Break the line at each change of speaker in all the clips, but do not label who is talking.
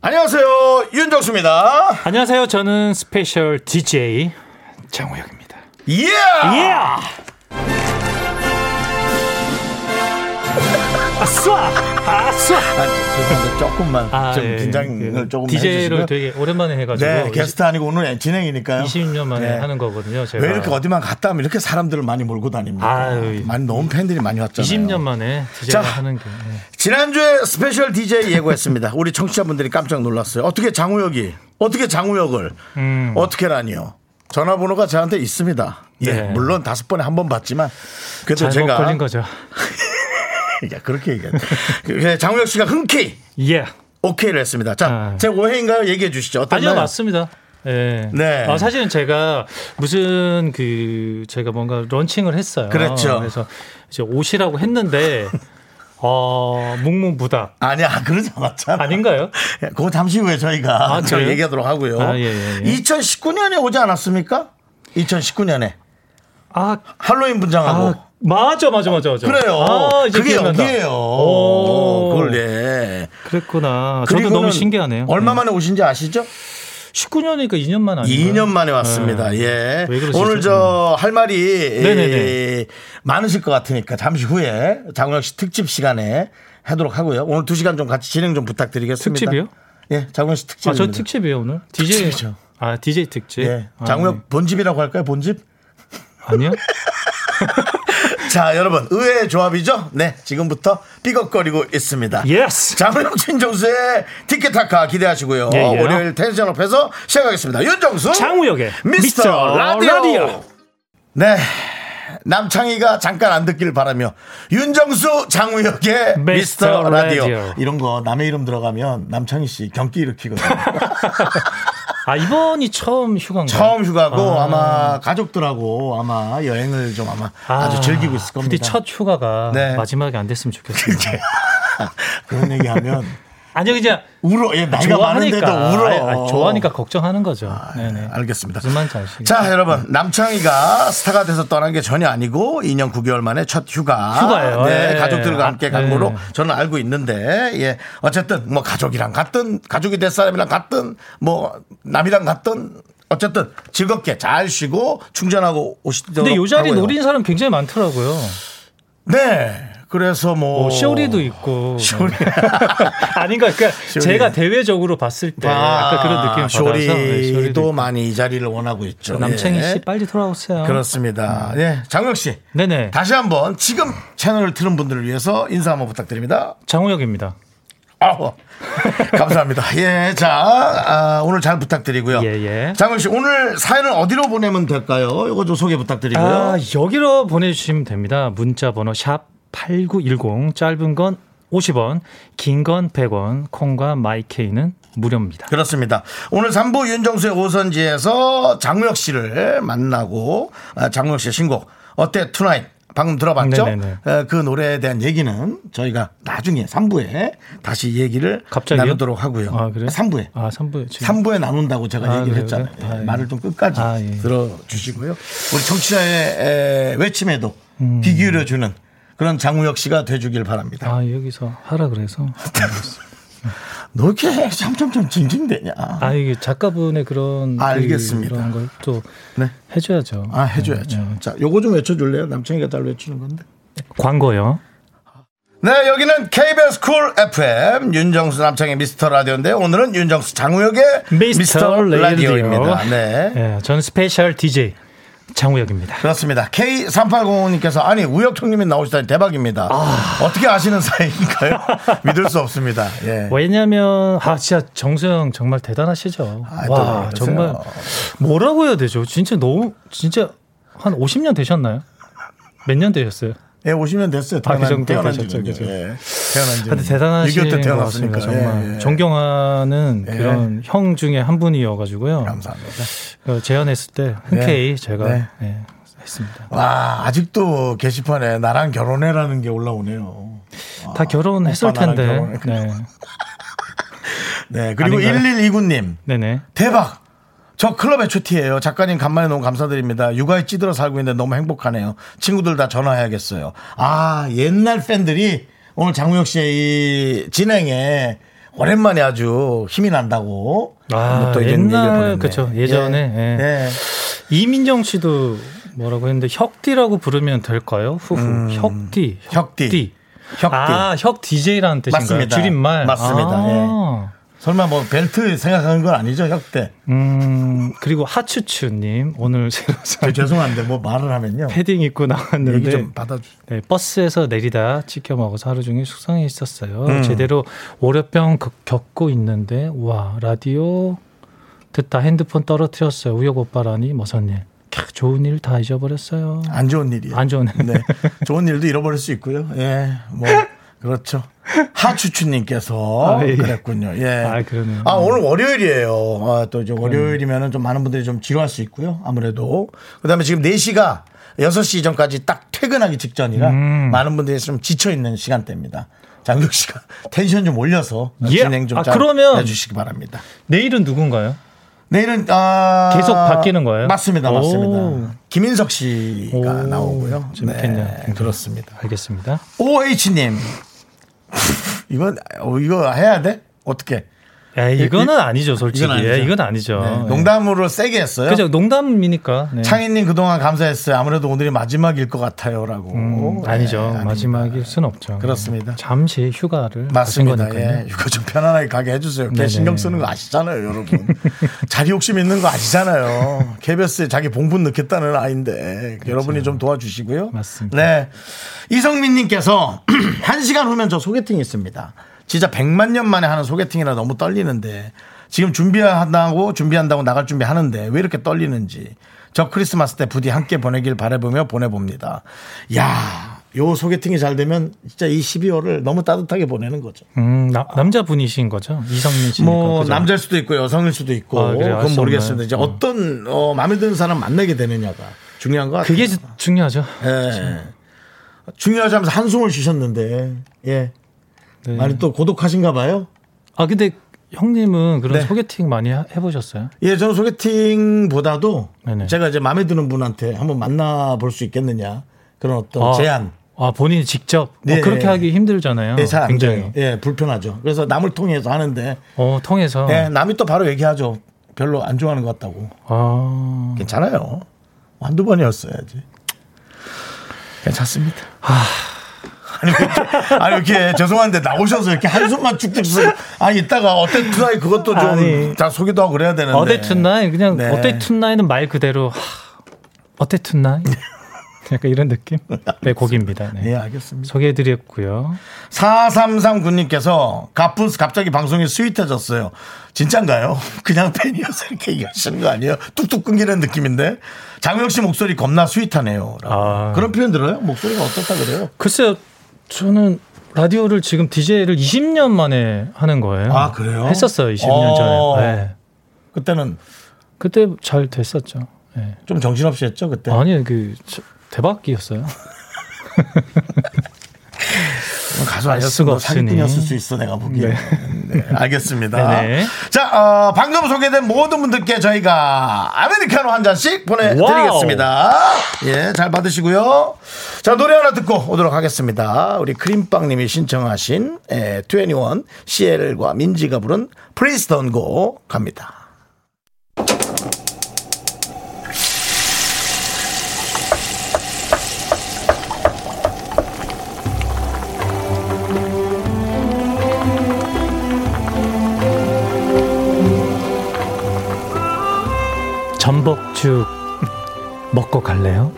안녕하세요 윤정수입니다
안녕하세요. 저는 스페셜 DJ 장호혁입니다.
예
예! 아싸! 아싸!
아, 죄송합니다 조금만 아, 좀
예.
긴장을
그
조금
DJ를
해주시고요
되게 오랜만에 해가지고
네 게스트 아니고 오늘 진행이니까요
20년 만에
네.
하는 거거든요. 제가
왜 이렇게 어디만 갔다 하면 이렇게 사람들을 많이 몰고 다닙니까
아유.
많이 너무 팬들이 많이 왔잖아요
20년 만에
자.
DJ를 하는 게 네.
지난주에 스페셜 DJ 예고했습니다. 우리 청취자분들이 깜짝 놀랐어요. 어떻게 장우혁이, 어떻게 장우혁을,
음.
어떻게라니요. 전화번호가 저한테 있습니다. 예,
네.
물론 다섯 번에 한 번 봤지만 그래도
잘못
제가
걸린 거죠.
야, 그렇게 얘기하죠. 그 장우혁 씨가 흔쾌히
예.
오케이를 했습니다. 자,
아.
제 오해인가요? 얘기해 주시죠. 어떤가요?
아니요, 맞습니다. 예.
네.
아, 사실은 제가 무슨 그 제가 뭔가 런칭을 했어요.
그렇죠.
그래서 이제 옷이라고 했는데 어, 묵묵부답
아니야, 그러지 않았잖아.
아닌가요?
예, 그거 잠시 후에 저희가
아,
저
그래요?
얘기하도록 하고요.
아, 예, 예, 예.
2019년에 오지 않았습니까? 2019년에
아,
할로윈 분장하고
아 맞아, 맞아, 맞아, 맞아.
그래요.
아, 이제
그게
기억난다.
여기예요.
오.
그걸 예.
그랬구나. 저도
그리고는
너무 신기하네요. 예. 네.
얼마 만에 오신지 아시죠?
19년이니까 2년 만 아니에요? 네.
2년 만에 왔습니다. 예.
왜 그러시죠? 음.
오늘 저 할 말이
네네네.
이, 많으실 것 같으니까 잠시 후에 장우혁 씨 특집 시간에 하도록 하고요. 오늘 2시간 좀 같이 진행 좀 부탁드리겠습니다.
특집이요?
예, 장우혁 씨 특집.
아, 저 특집이에요, 오늘? DJ.
특집이죠.
아, DJ 특집.
예.
아,
장우혁 본집이라고 할까요? 본집?
아니요?
자, 여러분. 의외의 조합이죠? 네. 지금부터 삐걱거리고 있습니다.
예스!
장우영 진정수의 티켓타카 기대하시고요.
예, 예.
월요일 텐션 업에서 시작하겠습니다. 윤정수
장우혁의
미스터,
미스터
라디오.
라디오.
네. 남창희가 잠깐 안 듣길 바라며 윤정수 장우혁의 미스터,
미스터
라디오.
라디오.
이런 거 남의 이름 들어가면 남창희 씨 경기 일으키거든요.
아, 이번이 처음 휴가인가요?
처음 휴가고 아. 마 가족들하고 아마 여행을 좀 아마 아. 주 즐기고 있을 겁니다.
부디 첫 휴가가
네.
마지막에 안 됐으면 좋겠습니다.
그런 얘기하면
아니요, 그냥
울어. 예, 나이가 많은데도
좋아하니까.
울어. 아,
아니, 아니, 좋아하니까 걱정하는 거죠. 네네.
알겠습니다.
무슨 말인지 아시겠죠?
자, 여러분. 남창희가 스타가 돼서 떠난 게 전혀 아니고 2년 9개월 만에 첫 휴가.
휴가예요.
네,
예.
가족들과
아,
함께 간 거로
예.
저는 알고 있는데, 예. 어쨌든 뭐 가족이랑 갔든, 가족이 될 사람이랑 갔든, 뭐 남이랑 갔든, 어쨌든 즐겁게 잘 쉬고 충전하고 오시도록
근데 요 자리
하고요.
노린 사람 굉장히 많더라고요.
네. 그래서 뭐.
뭐 쇼리도 있고. 네.
쇼리.
아닌가. 그러니까
쇼리.
제가 대외적으로 봤을 때
아,
네, 약간 그런 느낌 받아서 네,
쇼리도
있고.
많이 이 자리를 원하고 있죠.
남창희
예.
씨 음. 빨리 돌아오세요.
그렇습니다. 예. 장혁 씨.
네네.
다시 한번 지금 채널을 틀은 분들을 위해서 인사 한번 부탁드립니다.
장우혁입니다.
아우, 감사합니다. 예, 자 아, 오늘 잘 부탁드리고요.
예, 예.
장훈 씨 오늘 사연을 어디로 보내면 될까요? 이거 좀 소개 부탁드리고요.
아, 여기로 보내주시면 됩니다. 문자 번호 샵 8910 짧은 건 50원, 긴 건 100원, 콩과 마이케이는 무료입니다.
그렇습니다. 오늘 3부 윤정수의 오선지에서 장우혁 씨를 만나고 아, 장우혁 씨의 신곡 어때 투나잇 방금 들어봤죠?
네네네.
에, 그 노래에 대한 얘기는 저희가 나중에 3부에 다시 얘기를
갑자기요?
나누도록 하고요.
아, 그래요?
3부에.
아, 3부에 지금
3부에 나눈다고 제가
아,
얘기를
그래요?
했잖아요.
그래요? 아,
예,
예.
말을 좀 끝까지
아, 예.
들어주시고요. 우리 청취자의 에, 외침에도
음.
비기울여주는 그런 장우혁 씨가 돼주길 바랍니다.
아, 여기서 하라 그래서.
너 이렇게 참참참 징징대냐.
아, 이게 작가분의 그런 그
알겠습니다.
그런 걸 또
네.
해줘야죠.
아,
네,
해줘야죠. 자, 요거 좀 외쳐줄래요? 남창이가 잘 외치는 건데.
광고요.
네, 여기는 KBS 쿨 FM 윤정수 남창의 미스터 라디오인데 오늘은 윤정수 장우혁의 미스터,
미스터 라디오.
라디오입니다. 네.
예, 저는 스페셜 DJ 장우혁입니다.
그렇습니다. K3805님께서 아니 우혁총님이 나오시다니 대박입니다. 어떻게 아시는 사이인가요? 믿을 수 없습니다. 예.
왜냐면 아 진짜 정수영 정말 대단하시죠.
아, 또왜
와
그러세요?
정말 뭐라고 해야 되죠? 진짜 너무 진짜 한 50년 되셨나요? 몇 년 되셨어요?
예, 50년 됐어요.
아, 그
태어난,
정도
태어난
되셨죠,
지는.
그죠.
예. 태어난 지.
하여튼 대단하신 것 같습니다. 정말 존경하는
예.
그런 형 중에 한 분이어가지고요.
감사합니다.
그 제안했을 때 흔쾌히 제가
네.
예, 했습니다.
와, 아직도 게시판에 나랑 결혼해라는 게 올라오네요.
다 결혼했을
아, 오빠 나랑
텐데.
결혼해.
네.
네. 그리고
아닌가요?
1129님.
네네.
대박! 저 클럽 애초티예요. 작가님 간만에 너무 감사드립니다. 육아에 찌들어 살고 있는데 너무 행복하네요. 친구들 다 전화해야겠어요. 아 옛날 팬들이 오늘 장우혁 씨의 이 진행에 오랜만에 아주 힘이 난다고
아,
뭐 또 이런
옛날,
얘기를 보냈네.
그쵸. 예전에,
예.
예.
예.
이민정 씨도 뭐라고 했는데 혁디라고 부르면 될까요? 후후. 혁디.
음. 혁디. 혁디.
아, 혁 DJ라는 뜻인가요?
맞습니다.
줄임말.
맞습니다.
아.
설마 뭐 벨트 생각하는 건 아니죠 혁대?
음, 그리고 하츠츠님, 오늘 새로
저
산
죄송한데 뭐 말을 하면요
패딩 입고
얘기
나왔는데.
좀 받아주.
네, 버스에서 내리다 치켜 먹어서 하루 종일 숙성해 있었어요.
음.
제대로 월요병 겪- 겪고 있는데 와 라디오 듣다 핸드폰 떨어뜨렸어요. 우혁 오빠라니 무슨 일? 캬, 좋은 일 다 잊어버렸어요.
안 좋은 일이에요.
안 좋은 일.
아, 네. 좋은 일도 잃어버릴 수 있고요. 예. 뭐 그렇죠. 하추추님께서
아, 예, 예.
그랬군요. 예.
아, 그러네요. 음.
아, 오늘 월요일이에요. 아, 또 이제 월요일이면은 좀 많은 분들이 좀 지루할 수 있고요. 아무래도 그다음에 지금 4시가 6시 전까지 딱 퇴근하기 직전이라
음.
많은 분들이 좀 지쳐 있는 시간대입니다. 장국 씨가 텐션 좀 올려서
예.
진행 좀
아,
잘
그러면-
해주시기 바랍니다.
내일은 누군가요?
내일은 아,
계속 바뀌는 거예요?
맞습니다, 맞습니다.
오.
김인석 씨가
오,
나오고요.
재밌겠네요.
그렇습니다.
알겠습니다.
OH님 이건 어, 이거 해야 돼? 어떻게?
에이, 이거는 아니죠, 솔직히.
이건 아니죠.
이건 아니죠. 이건 아니죠.
네, 농담으로 세게 했어요.
그죠, 농담이니까. 네.
창희님 그동안 감사했어요. 아무래도 오늘이 마지막일 것 같아요라고.
음,
네,
아니죠.
아닙니다.
마지막일 순 없죠.
그렇습니다.
잠시 휴가를 가신
맞습니다.
거니까요.
예. 이거 좀 편안하게 가게 해주세요. 걔
네네.
신경 쓰는 거 아시잖아요, 여러분. 자기 욕심 있는 거 아시잖아요. KBS에 자기 봉분 넣겠다는 아인데
그렇죠.
여러분이 좀 도와주시고요.
맞습니다.
네. 이성민님께서 한 시간 후면 저 소개팅이 있습니다. 진짜 100만 년 만에 하는 소개팅이라 너무 떨리는데 지금 준비한다고 준비한다고 나갈 준비하는데 왜 이렇게 떨리는지 저 크리스마스 때 부디 함께 보내길 바라보며 보내봅니다. 야, 요 소개팅이 잘 되면 진짜 이 12월을 너무 따뜻하게 보내는 거죠.
음, 나- 남자분이신 거죠? 이성민 씨니까.
아. 뭐
그러니까 그죠?
남자일 수도 있고 여성일 수도 있고
아, 그래요? 알수
그건
없나요?
모르겠습니다. 이제 어떤 어, 마음에 드는 사람 만나게 되느냐가 중요한 것 같아요.
그게 주- 중요하죠.
예. 중요하자면서 한숨을 쉬셨는데 예.
네.
아니 또 고독하신가 봐요.
아 근데 형님은 그런
네.
소개팅 많이 하- 해보셨어요?
예, 저는 소개팅보다도
네네.
제가 이제 마음에 드는 분한테 한번 만나볼 수 있겠느냐 그런 어떤
아,
제안.
아 본인이 직접 어,
네.
그렇게 하기 힘들잖아요.
예, 잘안
어, 굉장히
돼요. 예, 불편하죠. 그래서 남을 통해서 하는데
어 통해서
예, 남이 또 바로 얘기하죠. 별로 안 좋아하는 것 같다고.
아
괜찮아요. 한두 번이었어야지. 괜찮습니다.
아.
아니, 왜 이렇게, 아니, 왜 이렇게, 죄송한데, 나오셔서 이렇게 한숨만 쭉쭉 쓰고, 아니, 이따가 어때 투나이 그것도 좀,
아니.
자, 소개도 하고 그래야 되는데.
어때 툰나이 그냥
네.
어때 툰나이는 말 그대로 하, 어때 툰나이 약간 이런 느낌 네 곡입니다. 네.
예, 알겠습니다.
소개해드렸고요.
4339님께서, 갑분스 갑자기 방송이 스윗해졌어요. 진짠가요? 그냥 팬이어서 이렇게 얘기하시는 거 아니에요? 뚝뚝 끊기는 느낌인데? 장혁 씨 목소리 겁나 스윗하네요. 라고.
아.
그런 표현 들어요? 목소리가 어떻다 그래요?
글쎄요, 저는 라디오를 지금 DJ를 20년 만에 하는 거예요.
아, 그래요?
했었어요, 20년
어.
전에. 네.
그때는
그때 잘 됐었죠. 네.
좀 정신없이 했죠, 그때?
아니요, 그 저- 대박이었어요.
뭐 가수
알 수가
아니었으면
없으니.
사기꾼이었을 수 있어 내가 보기에. 네. 알겠습니다.
네네.
자, 어, 방금 소개된 모든 분들께 저희가 아메리카노 한 잔씩 보내드리겠습니다. 예, 잘 받으시고요. 자, 노래 하나 듣고 오도록 하겠습니다. 우리 크림빵님이 신청하신 에, 21 CL과 민지가 부른 프리스 던고 갑니다.
전복죽 먹고 갈래요?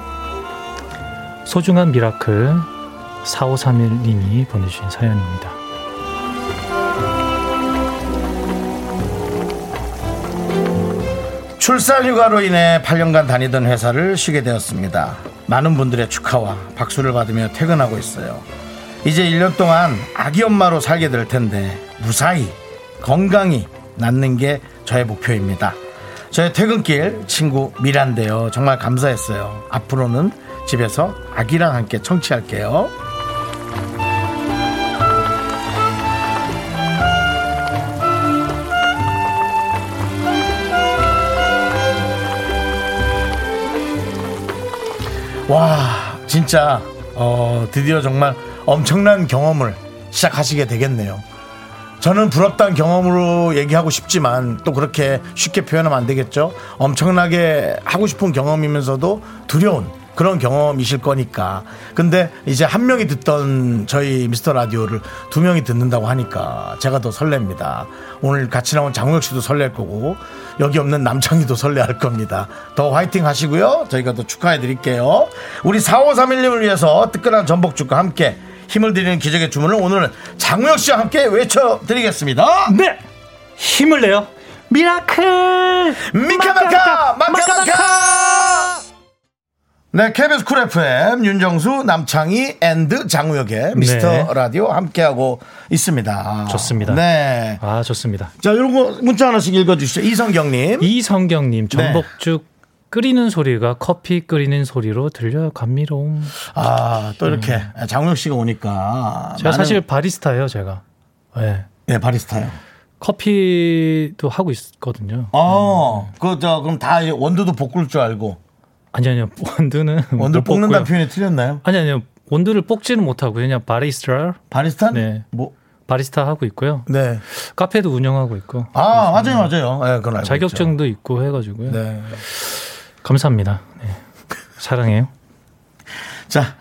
소중한 미라클 4531님이 보내주신 사연입니다.
출산 휴가로 인해 8년간 다니던 회사를 쉬게 되었습니다. 많은 분들의 축하와 박수를 받으며 퇴근하고 있어요. 이제 1년 동안 아기 엄마로 살게 될 텐데 무사히 건강히 낫는 게 저의 목표입니다. 저의 퇴근길 친구 미란데요. 정말 감사했어요. 앞으로는 집에서 아기랑 함께 청취할게요. 와 진짜 어, 드디어 정말 엄청난 경험을 시작하시게 되겠네요. 저는 부럽다는 경험으로 얘기하고 싶지만 또 그렇게 쉽게 표현하면 안 되겠죠. 엄청나게 하고 싶은 경험이면서도 두려운 그런 경험이실 거니까. 근데 이제 한 명이 듣던 저희 미스터 라디오를 두 명이 듣는다고 하니까 제가 더 설렙니다. 오늘 같이 나온 장우혁 씨도 설렐 거고 여기 없는 남창희도 설레할 겁니다. 더 화이팅 하시고요. 저희가 더 축하해 드릴게요. 우리 4531님을 위해서 뜨끈한 전복죽과 함께 힘을 드리는 기적의 주문을 오늘은 장우혁 씨와 함께 외쳐드리겠습니다.
네! 힘을 내요! 미라클!
미카마카! 마카마카! 네, KBS 쿨 FM 윤정수 남창희 앤드 장우혁의 미스터
네.
라디오 함께하고 있습니다.
좋습니다.
네.
아, 좋습니다.
자, 요거 문자 하나씩 읽어주시죠. 이성경님.
이성경님,
네.
전복죽 끓이는 소리가 커피 끓이는 소리로 들려요. 감미로움.
아, 또 이렇게 장우혁 씨가 오니까.
음. 제가
아, 많은-
사실 바리스타예요, 제가. 네.
네, 바리스타요.
커피도 하고 있거든요.
어,
음.
그, 저, 그럼 다 이제 원두도 볶을 줄 알고.
아니 아니요 원두는
원두
못 뽑고요.
볶는다는 음, 표현이 틀렸나요?
아니 아니요 원두를 뽑지는 못하고 그냥 바리스타
바리스타?
네.
뭐,
바리스타 하고 있고요.
네.
카페도 운영하고 있고
아, 맞아요, 맞아요. 예, 그건 알고 있죠.
자격증도 있고 해가지고요.
네.
감사합니다. 네. 사랑해요.
자,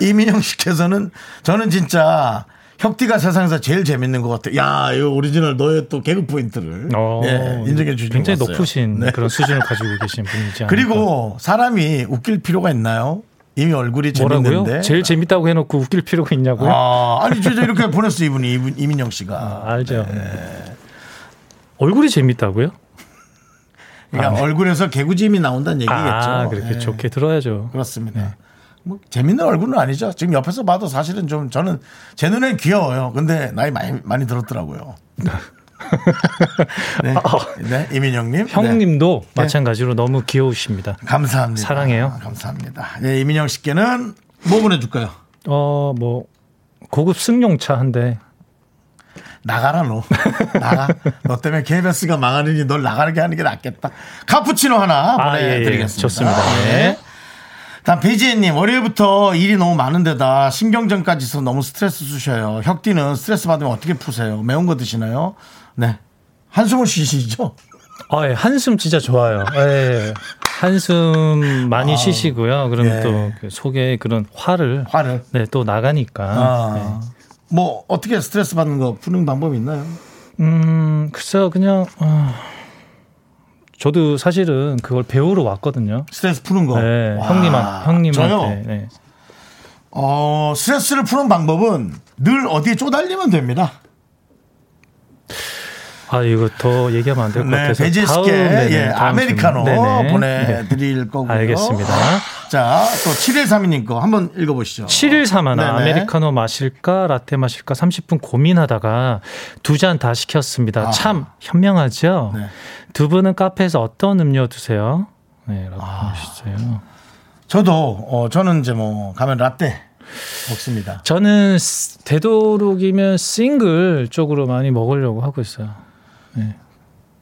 이민영 씨께서는 저는 진짜 혁디가 세상에서 제일 재밌는 것 같아요. 야, 이거 오리지널 너의 또 개그 포인트를
어,
예, 인정해 주신
굉장히
것 같아요.
높으신
네.
그런 수준을 가지고 계신 분이지 않을까.
그리고 사람이 웃길 필요가 있나요? 이미 얼굴이 재밌는데.
뭐라고요? 제일 재밌다고 해놓고 웃길 필요가 있냐고요?
아, 아니 진짜 이렇게 보냈어 이분이 이분, 이민영 씨가.
알죠.
네.
얼굴이 재밌다고요?
그러니까 얼굴에서 개구짐이 나온다는 얘기겠죠.
아 그렇게
예,
좋게 들어야죠.
그렇습니다. 뭐 재밌는 얼굴은 아니죠. 지금 옆에서 봐도 사실은 좀 저는 제 눈엔 귀여워요. 근데 나이 많이 많이 들었더라고요. 네, 네, 이민영님, 네.
어. 형님도 마찬가지로 너무 귀여우십니다.
감사합니다.
사랑해요.
아, 감사합니다. 네, 이민영 씨께는 뭐 보내줄까요?
어, 뭐 고급 승용차 한 대.
나가라 너. 나가. 너 때문에 KBS가 망하느니 널 나가게 하는 게 낫겠다. 카푸치노 하나
아, 예, 예.
보내드리겠습니다.
좋습니다.
네. 다음 배지혜님 월요일부터 일이 너무 많은데다 신경전까지 있어 너무 스트레스 쑤셔요. 혁디는 스트레스 받으면 어떻게 푸세요? 매운 거 드시나요? 네. 한숨을 쉬시죠?
아, 예. 한숨 진짜 좋아요. 예. 한숨 많이 쉬시고요. 그러면
아, 예.
또그 속에 그런 화를
화를.
네, 또 나가니까.
아.
네.
뭐 어떻게 스트레스 받는 거 푸는 방법이 있나요?
음, 글쎄요. 그냥 아, 저도 사실은 그걸 배우러 왔거든요.
스트레스 푸는 거.
네,
어. 와.
형님한
저요?
형님한테. 네.
어, 스트레스를 푸는 방법은 늘 어디에 쪼달리면 됩니다.
아, 이거 더 얘기하면 안 될 것
네,
같아서
베지스께
다음, 네네,
예,
다음
아메리카노
질문. 네네. 네.
보내드릴 거고요.
알겠습니다.
자, 또 7132님 거 한번 읽어보시죠.
7일 사마나
네네.
아메리카노 마실까 라떼 마실까 30분 고민하다가 두 잔 다 시켰습니다.
아.
참 현명하죠.
네.
두 분은 카페에서 어떤 음료 드세요? 네라고
아.
하시죠.
저도 어, 저는 이제 뭐 가면 라떼 먹습니다.
저는 스- 되도록이면 싱글 쪽으로 많이 먹으려고 하고 있어요.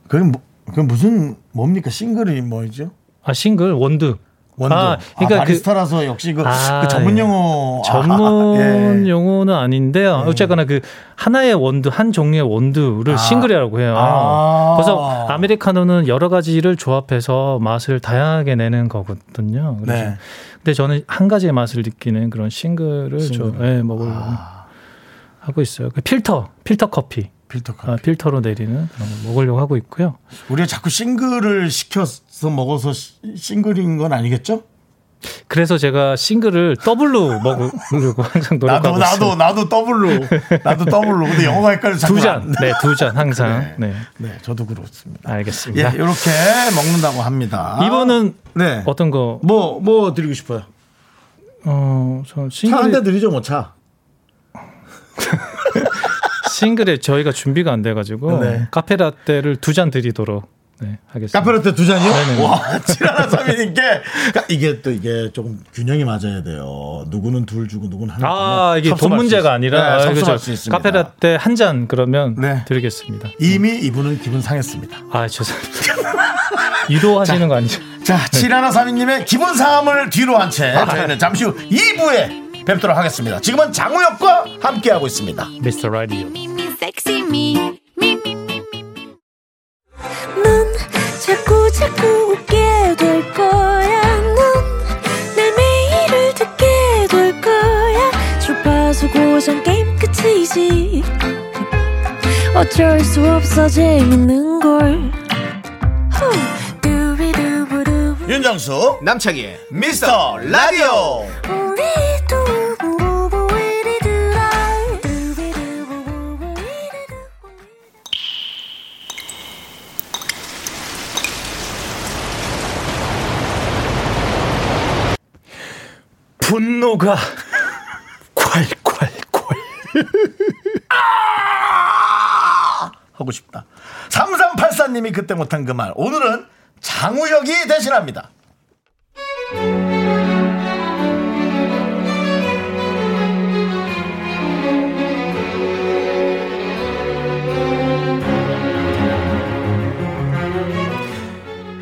그게 뭐, 그게 무슨 뭡니까 싱글이 뭐죠?
아 싱글 원두.
원두. 아,
아, 그러니까 그-
바리스타라서 역시 그,
아,
그 전문
예.
용어 아,
전문
예.
용어는 아닌데요. 어쨌거나 그 하나의 원두, 한 종류의 원두를 싱글이라고 해요.
아.
그래서 아메리카노는 여러 가지를 조합해서 맛을 다양하게 내는 거거든요. 그래서
네.
근데 저는 한 가지의 맛을 느끼는 그런 싱글을 좀 예, 먹으려고
아.
하고 있어요. 그 필터, 필터 커피.
필터 커피.
아, 필터로 내리는 그런 걸 먹으려고 하고 있고요.
우리가 자꾸 싱글을 시켜서 먹어서 시- 싱글인 건 아니겠죠?
그래서 제가 싱글을 더블로 먹으려고 항상
나도
노력하고
나도
있어요.
나도 더블로 나도 더블로 근데 영어가 헷갈려서
두
자꾸
잔,
안-
네, 두 잔 항상. 네,
네, 저도 그렇습니다. 예,
알겠습니다.
이렇게 먹는다고 합니다.
이번은
네.
어떤 거?
뭐뭐 드리고 싶어요?
어, 저
차 한 대
싱글
드리죠, 뭐 차.
싱글에 저희가 준비가 안 돼가지고
네.
카페라떼를 두 잔 드리도록 네, 하겠습니다.
카페라떼 두 잔이요?
네네네.
와, 칠하나 삼이님께 이게 또 이게 조금 균형이 맞아야 돼요. 누구는 둘 주고 누구는 하나.
아
주면
이게 돈
섭섭할 수 있-
문제가 아니라
네,
아,
섭섭할
그죠.
수 있습니다.
카페라떼 한 잔 그러면
네.
드리겠습니다.
이미 이분은 기분 상했습니다.
아 죄송합니다. 유도하시는 거 아니죠?
자,
네.
칠하나 삼이님의 기분 상함을 뒤로 한
아,
채 저희는 잠시 후 2부에 뵙도록 하겠습니다. 지금은 장우혁과 함께하고 있습니다.
미스터 라디오.
섹시 미. 넌 자꾸 자꾸 웃게 될 거야. 넌내 매일을 듣게 될 거야. 주파수 고정 게임 끝이지. 어쩔 수 없어 재밌는 걸. 후. 두비두부두부.
윤정수 남창희의 미스터 라디오
우리 두부부부 우리 두라. 두비두부부부 우리 두부부.
분노가 콸콸콸.
하고 싶다 3384님이 그때 못한 그 말 오늘은 장우혁이 대신합니다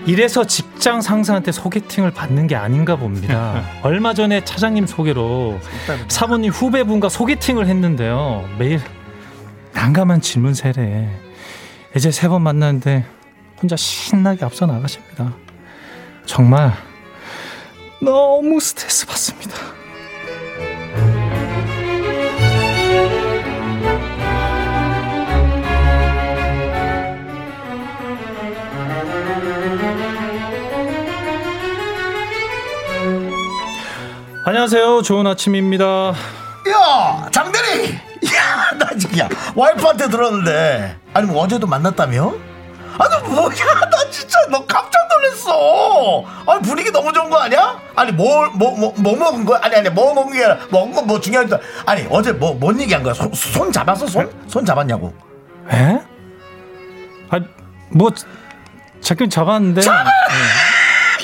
이래서 직장 상사한테 소개팅을 받는 게 아닌가 봅니다. 얼마 전에 차장님 소개로 사모님 후배분과 소개팅을 했는데요. 매일 난감한 질문 세례에 이제 세 번 만났는데 혼자 신나게 앞서 나가십니다. 정말 너무 스트레스 받습니다. 안녕하세요. 좋은 아침입니다.
야 장대리 야나 지금 야 와이프한테 들었는데 아니 뭐 어제도 만났다며 아니 뭐야 나 진짜 너 깜짝 놀랐어 아니 분위기 너무 좋은 거 아니야 아니 뭘 뭐 뭐 뭐, 뭐 먹은 거야 아니 아니 뭐 먹은 게 아니라 먹은 건 뭐 중요한 거 아니 어제 뭐 뭔 얘기한 거야 손, 손 잡았어 손 손 잡았냐고
에? 아, 뭐 자긴 잡았는데.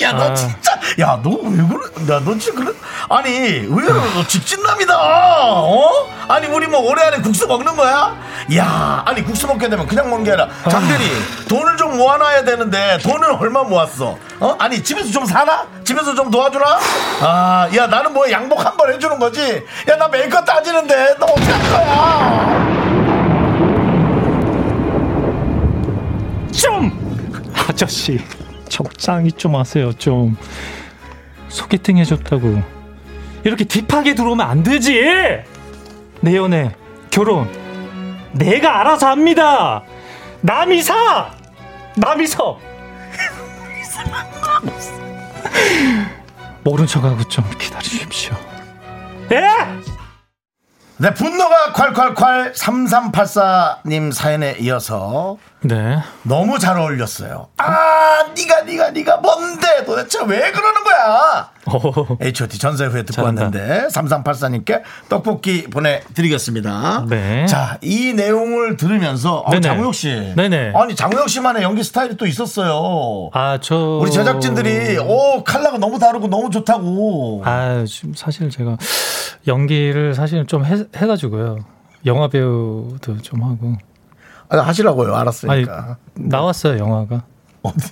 야, 너
아.
진짜, 야, 너 왜 그래? 야, 너 진짜 그래? 아니, 의외로 너 집진남이다. 어? 아니, 우리 뭐 올해 안에 국수 먹는 거야? 야, 아니, 국수 먹게 되면 그냥 먹는 게 아니라, 장대리, 돈을 좀 모아놔야 되는데, 돈을 얼마 모았어? 어? 아니, 집에서 좀 사나? 집에서 좀 도와주나? 아, 야, 나는 뭐 양복 한 번 해주는 거지? 야, 나 메이크업 따지는데, 너 어떻게 할 거야?
좀 아저씨 적당히 좀 하세요 좀 소개팅 해줬다고 이렇게 딥하게 들어오면 안 되지 내 네, 연애 결혼 내가 알아서 합니다 남이사 남이서 모른 척하고 좀 기다리십시오 예?
네, 분노가 콸콸콸 3384님 사연에 이어서
네
너무 잘 어울렸어요. 아, 네가 네가 네가 뭔데 도대체 왜 그러는 거야?
어,
H.O.T. 전세 후에 듣고
잘한다.
왔는데 3384님께 떡볶이 보내드리겠습니다.
네.
자, 이 내용을 들으면서 어,
네네.
장우혁 씨,
네네.
아니 장우혁 씨만의 연기 스타일이 또 있었어요.
아저
우리 제작진들이 오 칼라가 너무 다르고 너무 좋다고.
아, 지금 사실 제가 연기를 사실 좀 해, 해가지고요. 영화 배우도 좀 하고.
아, 하시라고요,
아니,
알았으니까.
나왔어요, 영화가.
그러니까. 어디?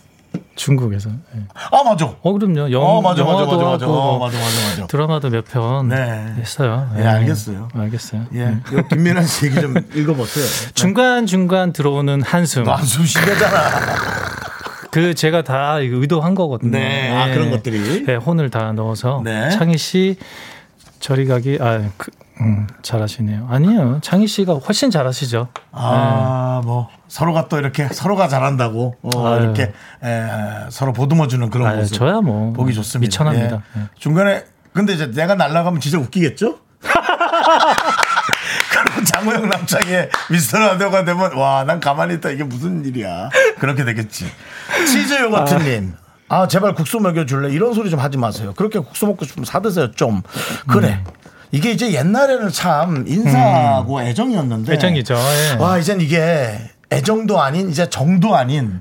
중국에서. 예.
아 맞아.
어, 그럼요. 영,
어 맞아 맞아
영화도
맞아 맞아.
하고 뭐
어, 맞아 맞아 맞아.
드라마도 몇 편
네.
했어요.
예, 알겠어요.
알겠어요.
예, 이거 김민환 씨 얘기 좀 읽어보세요.
중간중간 들어오는 한숨.
너안 숨쉬잖아.
그 제가 다 이거 의도한 거거든요.
네, 아,
예.
그런 것들이.
예, 혼을 다 넣어서
네.
창희 씨 저리 가기 아 그, 음, 잘하시네요. 아니요 창희 씨가 훨씬 잘하시죠.
아, 뭐 서로가 또 이렇게 서로가 잘한다고 어,
네. 아유.
이렇게 에, 서로 보듬어주는 그런
아,
모습.
저야 뭐
보기 좋습니다.
미천합니다.
예.
예.
중간에 근데 이제 내가 날아가면 진짜 웃기겠죠? 그럼 장우영 남창의 미스터 라디오가 되면 와 난 가만히 있다 이게 무슨 일이야 그렇게 되겠지 치즈 요거트님 아. 제발 국수 먹여줄래 이런 소리 좀 하지 마세요 그렇게 국수 먹고 싶으면 사드세요 좀 그래
음.
이게 이제 옛날에는 참 인사하고 애정이었는데
애정이죠, 예.
와 이젠 이게 애정도 아닌 이제 정도 아닌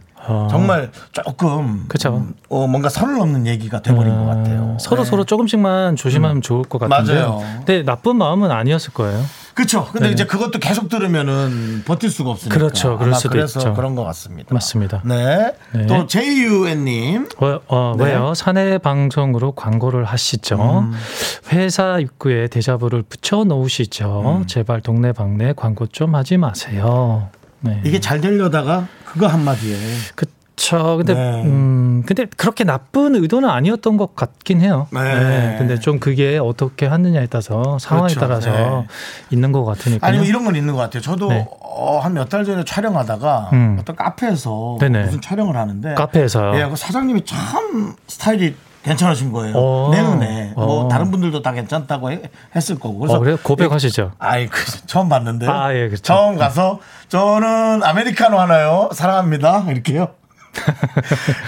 정말 조금
어. 그쵸. 음.
음, 어, 뭔가 선을 넘는 얘기가 돼버린 것 같아요.
서로
네. 음.
서로 조금씩만 조심하면 좋을 것 같은데.
맞아요.
근데 나쁜 마음은 아니었을 거예요.
그렇죠. 근데 이제 그것도 계속 들으면은 버틸 수가 없으니까.
그렇죠. 그럴
아마
수도
그래서
있죠.
그런 것 같습니다.
맞습니다.
네.
네.
또 JUN님.
어, 어,
네. 음.
왜요? 사내 방송으로 광고를 하시죠. 회사 입구에 데자부를 붙여 놓으시죠.
음.
제발 동네 방네 광고 좀 하지 마세요. 네.
이게 잘 되려다가 그거 한마디에
그쵸. 근데
네.
음, 근데 그렇게 나쁜 의도는 아니었던 것 같긴 해요.
네.
근데 좀 그게 어떻게 하느냐에 따라서 상황에
그렇죠.
따라서
네.
있는 것 같으니까.
아니면 이런 건 있는 것 같아요. 저도 어,
네.
한 몇 달 전에 촬영하다가
음.
어떤 카페에서
네네.
무슨 촬영을 하는데
카페에서요.
예, 그 사장님이 참 스타일이 괜찮으신 거예요.
어.
내 눈에 뭐
어.
다른 분들도 다 괜찮다고 해- 했을 거고. 예,
어, 그래요? 고백하시죠.
아이 그 처음 봤는데.
아, 예, 그렇죠.
처음 가서 저는 아메리카노 하나요. 사랑합니다. 이렇게요.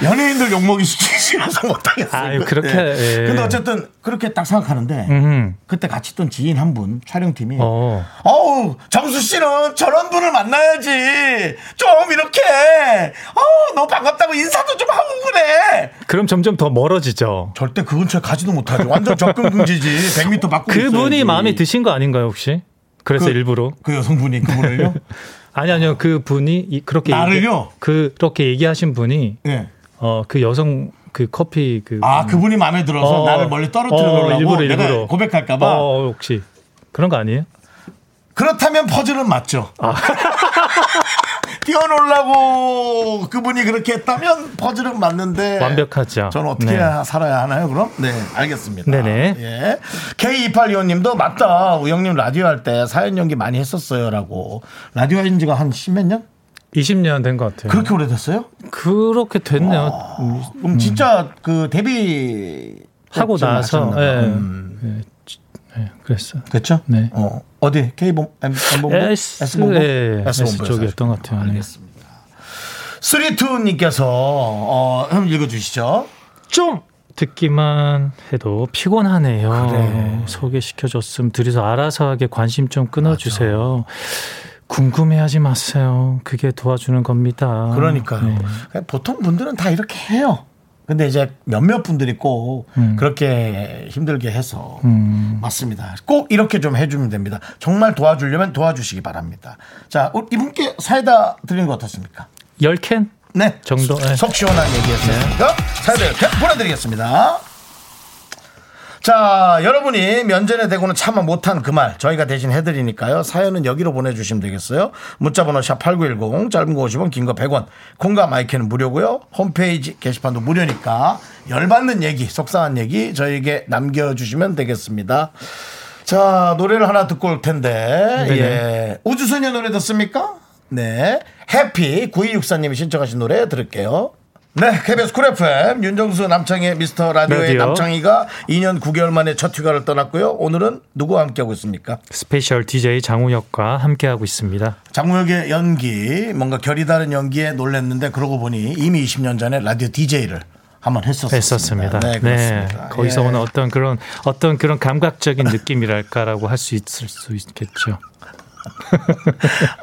연예인들 욕먹이 싫어서 못하겠어요.
아유, 그렇게, 예.
근데 어쨌든 그렇게 딱 생각하는데
음.
그때 같이 있던 지인 한 분 촬영팀이
어.
어우 정수 씨는 저런 분을 만나야지 좀 이렇게 어우 너 반갑다고 인사도 좀 하고 그래
그럼 점점 더 멀어지죠.
절대 그 근처에 가지도 못하죠 완전 접근 금지지 100m 밖으로
그분이
있어야지.
마음에 드신 거 아닌가요 혹시? 그래서 일부러
그 여성분이 그분을요
아니 아니요 그 분이 이- 그렇게
나를요?
얘기, 그렇게 얘기하신 분이
예.
어 그 여성 그 커피 그
아 그분이 마음에 들어서
어,
나를 멀리
어,
떨어뜨려 놓으려고
일부러
내가
일부러
고백할까봐
어, 혹시 그런 거 아니에요?
그렇다면 퍼즐은 맞죠
아.
뛰어놀라고 그분이 그렇게 했다면 퍼즐은 맞는데
완벽하죠.
네. 저는 어떻게
네.
해야 살아야 하나요 그럼? 네 알겠습니다
네네.
예. K2825님도 맞다 우영님 라디오 할 때 사연 연기 많이 했었어요 라고 라디오 한 지가 한 십몇 년?
20년 된 것 같아요.
그렇게 아. 오래됐어요? 음,
그, 렇게 됐네요.
그럼 진짜 그 데뷔
음. 하고
때쯤
나서
하셨나
예.
봐요. 음.
예, 지- 예, 그랬어.
그렇죠?
네.
어, 어디? K본 M 본부?
S
본부?
예, S
S본부에서
쪽이었던 것 같아요. 네.
쓰리투 님께서 어, 한번 읽어 주시죠.
좀 듣기만 해도 피곤하네요. 소개시켜줬음 둘이서 알아서 하게 관심 좀 끊어주세요. 궁금해하지 마세요. 그게 도와주는 겁니다.
아, 그러니까요.
네.
그냥 보통 분들은 다 이렇게 해요. 근데 이제 몇몇 분들이 꼭 그렇게 힘들게 해서 맞습니다. 꼭 이렇게 좀 해주면 됩니다. 정말 도와주려면 도와주시기 바랍니다. 자, 우- 이분께 사이다 드리는 거 어떻습니까?
열 캔?
네.
정도, 네.
속 시원한 얘기였으니까 사이다 이렇게 보내드리겠습니다. 자, 여러분이 면전에 대고는 참아 못한 그 말 저희가 대신 해드리니까요. 사연은 여기로 보내주시면 되겠어요. 문자번호 샵8910, 짧은 거 50원, 긴 거 100원, 콩과 마이크는 무료고요. 홈페이지 게시판도 무료니까 열받는 얘기, 속상한 얘기 저희에게 남겨주시면 되겠습니다. 자, 노래를 하나 듣고 올 텐데, 예. 우주소녀 노래 듣습니까? 네. 해피 9264님이 신청하신 노래 들을게요. 네, KBS 쿨 FM 윤정수 남창의 미스터 라디오의
라디오.
남창희가 2년 9개월 만에 첫 휴가를 떠났고요. 오늘은 누구와 함께하고 있습니까?
스페셜 DJ 장우혁과 함께하고 있습니다.
장무혁의 연기, 뭔가 결이 다른 연기에 놀랐는데 그러고 보니 이미 20년 전에 라디오 DJ를 한번 했었습니다.
했었습니다.
네, 그렇습니다.
거기서
예.
오는 어떤 그런 어떤 그런 감각적인 느낌이랄까라고 할 수 있을 수 있겠죠.
네.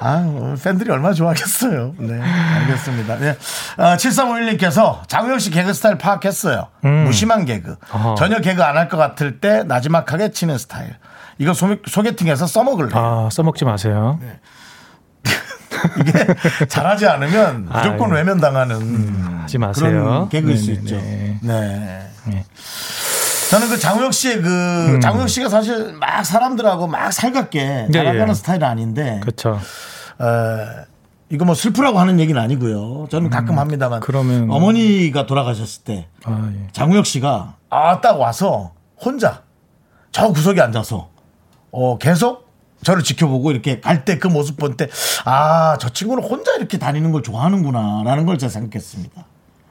아, 오늘 팬들이 얼마나 좋아하겠어요. 네, 알겠습니다. 네. 아, 7351님께서 장우혁 씨 개그 스타일 파악했어요. 무심한 개그.
음. 어허.
전혀 개그 안 할 것 같을 때 나지막하게 치는 스타일. 이거 소, 소개팅에서 써먹을래. 요
아 써먹지 마세요.
네. 이게 잘하지 않으면
아,
무조건
예.
외면 당하는
음, 하지
그런
마세요.
개그일 수
네네네.
있죠. 네.
네. 음.
저는 그 장우혁 씨의 그 장우혁 씨가 사실 막 사람들하고 막 살갑게
예,
나가는
예.
스타일은 아닌데
그렇죠.
에, 이거 뭐 슬프라고 하는 얘기는 아니고요. 저는 가끔 합니다만.
음, 그러면-
어머니가 돌아가셨을 때
아 예.
장우혁 씨가 아 딱 와서 혼자 저 구석에 앉아서 어, 계속 저를 지켜보고 이렇게 갈 때 그 모습 볼 때, 아, 저 친구는 혼자 이렇게 다니는 걸 좋아하는구나, 라는 걸 제가 생각했습니다.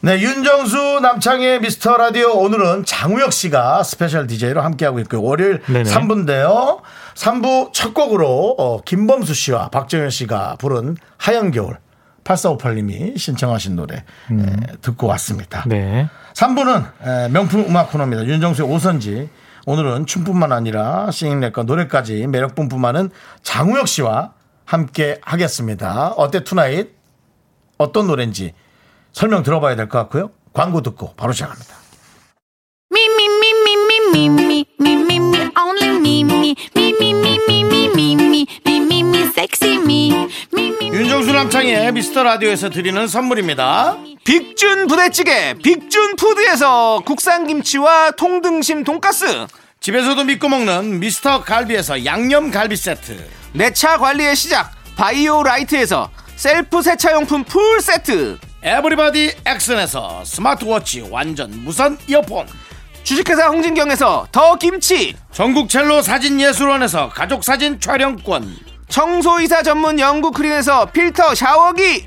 네, 윤정수 남창의 미스터 라디오 오늘은 장우혁 씨가 스페셜 DJ로 함께하고 있고요. 월요일
네네.
3부인데요. 3부 첫 곡으로 어, 김범수 씨와 박정현 씨가 부른 하얀 겨울 8458님이 신청하신 노래
음.
에, 듣고 왔습니다.
네.
3부는 명품 음악 코너입니다. 윤정수의 오선지. 오늘은 춤뿐만 아니라 싱잉랩과 노래까지 매력뿐 뿜하는 장우혁 씨와 함께 하겠습니다. 어때 투나잇? 어떤 노래인지 설명 들어봐야 될 것 같고요. 광고 듣고 바로 시작합니다.
Me, me, me, me, me, me, me, me, me, me, only me, me, me, me, me, me, me, me, me, me, me, me, sexy me, me, me, me.
윤정수 남창의 미스터 라디오에서 드리는 선물입니다.
빅준 부대찌개 빅준푸드에서 국산김치와 통등심 돈가스
집에서도 믿고 먹는 미스터 갈비에서 양념 갈비 세트.
내 차 관리의 시작 바이오라이트에서 셀프 세차용품 풀세트
에브리바디 액션에서 스마트워치 완전 무선 이어폰.
주식회사 홍진경에서 더김치
전국 첼로 사진 예술원에서 가족 사진 촬영권.
청소이사 전문 영국크린에서 필터 샤워기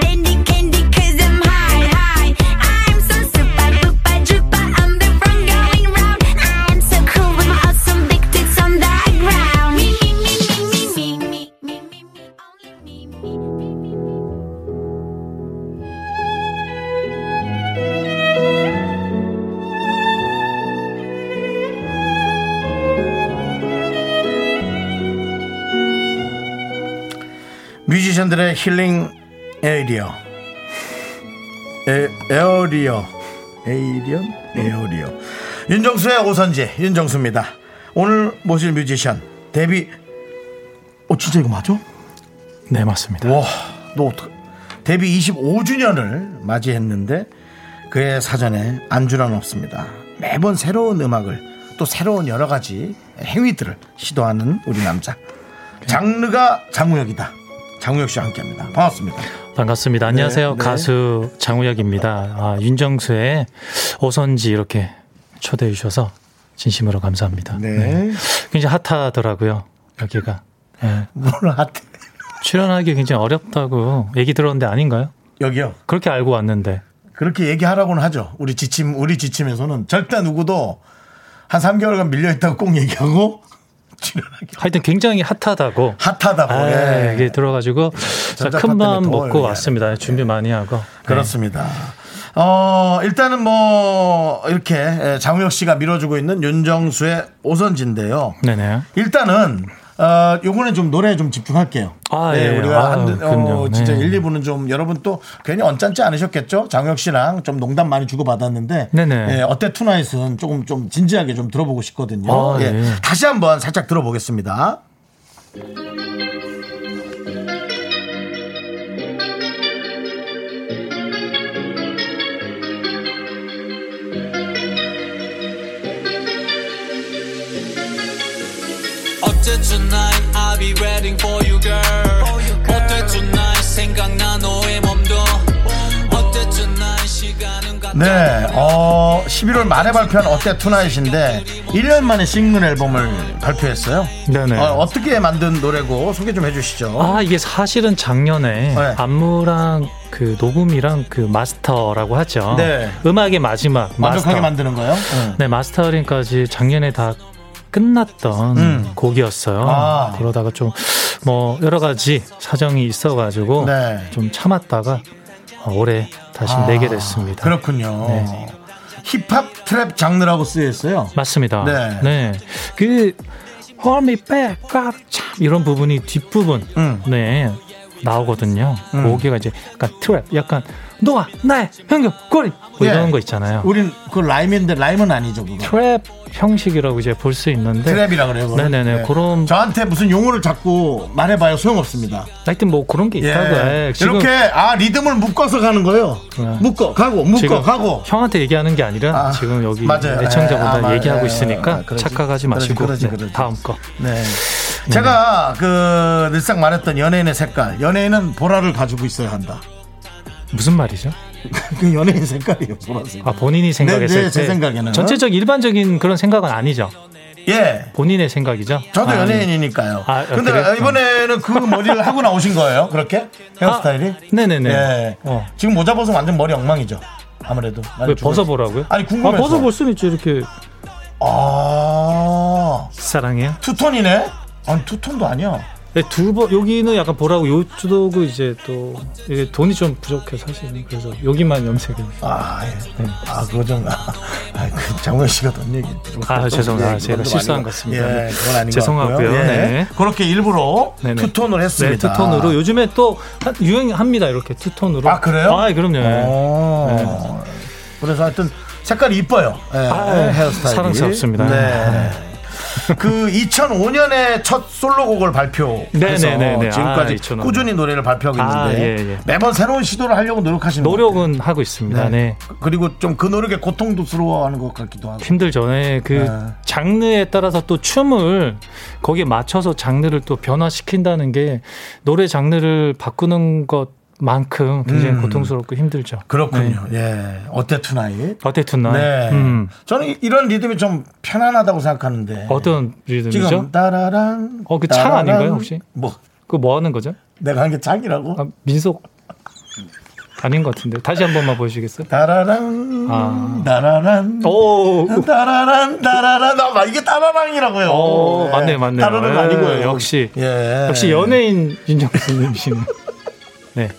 dandy candy 'cause I'm high, high. I'm so super, duper, duper. I'm the one going round. I'm so cool with my awesome big tits on the ground. Me, me, me, me, me, me, me, me, me, me, only me, me, me, me.
뮤지션들의 힐링 에이리어 에, 에어리어 에이리언? 에어리어 윤정수의 오선지 윤정수입니다 오늘 모실 뮤지션 데뷔 어 진짜 이거 맞아?
네, 맞습니다.
와, 너 어떡... 데뷔 25주년을 맞이했는데 그의 사전에 안주란 없습니다. 매번 새로운 음악을 또 새로운 여러 가지 행위들을 시도하는 우리 남자. 장르가 장우혁이다. 장우혁 씨와 함께합니다. 반갑습니다.
반갑습니다. 안녕하세요.
네.
가수 장우혁입니다. 아, 윤정수의 오선지 이렇게 초대해 주셔서 진심으로 감사합니다.
네.
네. 굉장히 핫하더라고요. 여기가. 예.
오늘 핫
출연하기 굉장히 어렵다고 얘기 들었는데 아닌가요?
여기요.
그렇게 알고 왔는데.
그렇게 얘기하라고는 하죠. 우리 지침 우리 지침에서는 절대 누구도 한 3개월간 밀려 있다고 꼭 얘기하고 출연하기
하여튼 굉장히 핫하다고.
핫하다고.
아,
예.
이게 들어가지고 자,
전자파
큰 마음
때문에 더워요, 네.
먹고
여기
왔습니다.
안에.
준비 많이 하고.
그렇습니다. 어, 일단은 뭐, 이렇게 예, 장우혁 씨가 밀어주고 있는 윤정수의 오선지인데요.
네. 네네.
일단은, 어, 요거는 좀 노래에 좀 집중할게요.
아,
네,
예.
우리가
아,
한, 어,
그럼요.
진짜
네.
1, 2부는 좀 여러분 또 괜히 언짢지 않으셨겠죠? 장우혁 씨랑 좀 농담 많이 주고받았는데.
네네.
예, 어때 투나잇은 조금 좀 진지하게 좀 들어보고 싶거든요.
아,
예.
네.
다시 한번 살짝 들어보겠습니다.
어때 tonight I'll be waiting for you girl 어때 tonight 생각나 너의 몸도 어때 tonight 시간은 가짜
네, 어, 11월 말에 발표한 어때 투나잇인데 1년 만에 싱글 앨범을 발표했어요.
네네.
어, 떻게 만든 노래고 소개 좀 해주시죠.
아 이게 사실은 작년에
네.
안무랑 그 녹음이랑 그 마스터라고 하죠.
네.
음악의 마지막
완벽하게
마스터.
만드는 거요. 예
네 마스터링까지 작년에 다 끝났던
음.
곡이었어요.
아.
그러다가 좀 뭐 여러 가지 사정이 있어가지고
네.
좀 참았다가 어, 올해 다시
아,
내게 됐습니다.
그렇군요.
네.
힙합 트랩 장르라고 쓰여있어요.
맞습니다.
네.
그 Hold Me Back, God, 참 이런 부분이 뒷부분
음.
네 나오거든요.
음.
거기가 이제 약간 트랩, 약간 너와 나의 현금 꼬리 뭐
예.
이런 거 있잖아요.
우린 그 라임인데 라임은 아니죠. 그거.
트랩 형식이라고 이제 볼 수 있는데
트랩이라 그래요. 그걸.
네. 네네네
네.
그런
저한테 무슨 용어를 자꾸 말해봐요 소용없습니다.
하여튼 뭐 그런 게
예.
있다고 해. 지금
이렇게 아 리듬을 묶어서 가는 거예요.
네.
묶어 가고 묶어
지금
가고.
형한테 얘기하는 게 아니라
아,
지금 여기
맞아요. 예, 아,
애청자보다
맞아요.
얘기하고 있으니까
아, 그러지.
착각하지
그러지,
마시고
그러지,
네,
그러지.
다음 거
네. 제가 그 늘상 말했던 연예인의 색깔, 연예인은 보라를 가지고 있어야 한다.
무슨 말이죠?
그 연예인 색깔이요, 보라색.
아 본인이 생각했을
네,
때
제 생각에는.
전체적 일반적인 그런 생각은 아니죠.
예,
본인의 생각이죠.
저도
아,
연예인이니까요.
아, 아,
근데
그래요?
이번에는 그 머리를 하고 나오신 거예요, 그렇게 헤어스타일이?
아, 네네네.
예.
어.
지금 모자 벗으면 완전 머리 엉망이죠. 아무래도.
왜 벗어보라고요?
아니, 궁금해서.
아, 벗어볼 수는 있죠. 이렇게
아,
사랑해요.
투톤이네. 아니 투톤도 아니야.
네, 두번 여기는 약간 보라고 요쪽은 이제 또 이게 돈이 좀 부족해 사실은 그래서 여기만 염색을.
아, 예. 아 그거 좀, 아, 아, 그 장원 씨가 던 얘기. 좀
아 죄송합니다.
예,
제가
그건
실수한
아닌
것 같습니다. 네,
예, 그건 아닌
죄송하고요.
것 같고요. 예.
네.
그렇게 일부러
네네.
투톤을
네,
했습니다.
투톤으로 요즘에 또 하- 유행합니다. 이렇게 투톤으로.
아 그래요?
아, 그럼요.
어. 그래서 하여튼 색깔이 이뻐요. 예,
아,
헤어스타일이
사랑스럽습니다.
네. 그 2005년에 첫 솔로곡을 발표해서
네네네네. 아,
지금까지
2005년.
꾸준히 노래를 발표하고
아,
있는데
예, 예.
매번 새로운 시도를 하려고 노력하시는 것 같아요.
노력은 하고 있습니다. 네.
그- 그리고 좀 그 노력에 고통도 스러워하는 것 같기도 하고.
힘들죠. 네, 그
네.
장르에 따라서 또 춤을 거기에 맞춰서 장르를 또 변화시킨다는 게 노래 장르를 바꾸는 것만큼 굉장히
음.
고통스럽고 힘들죠.
그렇군요. 예. 어때 투나잇?
어때 툰나?
네.
네. 음.
저는 이- 이런 리듬이 좀 편안하다고 생각하는데.
네. 어떤 리듬이죠?
지금 따라랑.
어, 그창
따라랑.
아닌가요, 혹시?
뭐
그거 뭐 하는 거죠?
내가 한 게 창이라고?
아, 민속 아닌 것 같은데. 다시 한 번만 보여주시겠어요?
따라랑
아.
따라랑
오,
따라랑 따라랑 아, 막 이게 따라랑이라고요.
오,
예.
맞네, 맞네.
따라랑
예,
아니고요.
역시.
예.
역시 연예인 윤정수님이시네. 네.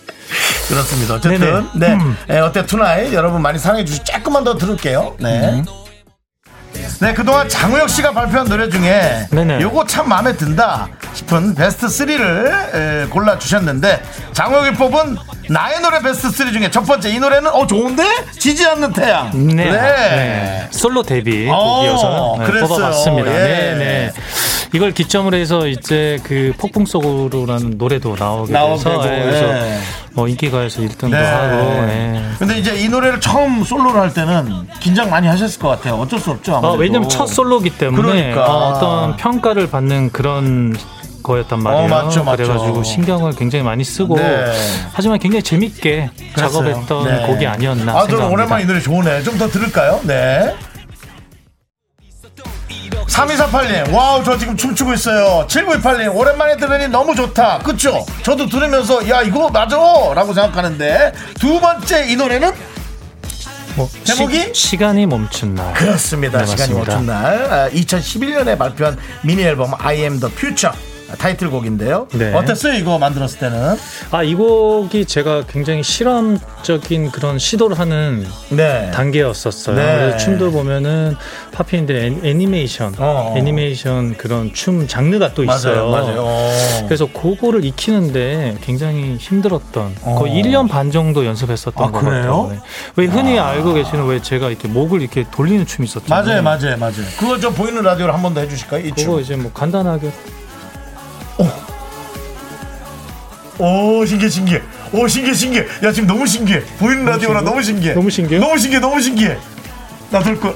그렇습니다. 어쨌든
네네. 음.
네 예, 어때 투나잇 여러분 많이 사랑해 주시고 조금만 더 들을게요.
음.
네. 네 그동안 장우혁 씨가 발표한 노래 중에
네네.
요거 참 마음에 든다 싶은 베스트 3를 골라 주셨는데 장우혁이 뽑은 나의 노래 베스트 3 중에 첫 번째 이 노래는 어 좋은데 지지 않는 태양.
네. 네. 솔로 데뷔 곡이어서 네,
그랬어요.
뽑아봤습니다.
예.
네, 네. 이걸 기점으로 해서 이제 그 폭풍 속으로라는 노래도 나오게
나오게
돼서
되고,
예, 그래서
예.
뭐 인기 가요에서 1등도
네.
하고 예.
근데 이제 이 노래를 처음 솔로를 할 때는 긴장 많이 하셨을 것 같아요. 어쩔 수 없죠.
아,
아무래도.
왜냐면 첫 솔로기 때문에
그러니까.
어, 어떤 평가를 받는 그런 거였단 말이에요.
어, 맞죠, 맞죠.
그래가지고 신경을 굉장히 많이 쓰고
네.
하지만 굉장히 재밌게
그랬어요.
작업했던
네.
곡이 아니었나
아, 저는
생각합니다.
오랜만에 이 노래 좋으네. 좀 더 들을까요? 네. 3248님, 와우, 저 지금 춤추고 있어요. 7928님, 오랜만에 들으니 너무 좋다. 그쵸? 저도 들으면서, 야, 이거 맞아! 라고 생각하는데, 두 번째 이 노래는?
뭐,
제목이?
시, 간이 멈춘 날.
그렇습니다.
네,
시간이
맞습니다.
멈춘 날. 2011년에 발표한 미니 앨범 I am the future. 아, 타이틀곡인데요.
네.
어땠어요? 이거 만들었을 때는?
아, 이 곡이 제가 굉장히 실험적인 그런 시도를 하는
네.
단계였었어요.
네.
그래서 춤도 보면은 파피인들의 애- 애니메이션,
어.
애니메이션 그런 춤 장르가 또
맞아요.
있어요.
맞아요. 어.
그래서 그거를 익히는데 굉장히 힘들었던 거의 1년 반 정도 연습했었던
어. 아,
것
그래요?
같아요. 네. 왜 흔히 알고 계시는 왜 제가 이렇게 목을 이렇게 돌리는 춤이
맞아요,
있었잖아요.
맞아요, 맞아요. 그거 저 보이는 라디오로 한 번 더 해주실까요? 이
그거
춤.
이제 뭐 간단하게
오, 신기해, 신기해. 오, 신기해, 신기해. 야, 지금 너무 신기해. 보이는 라디오라
신기해요?
너무 신기해.
너무
너무
신기해요?
신기해, 너무 신기해. 나들 거.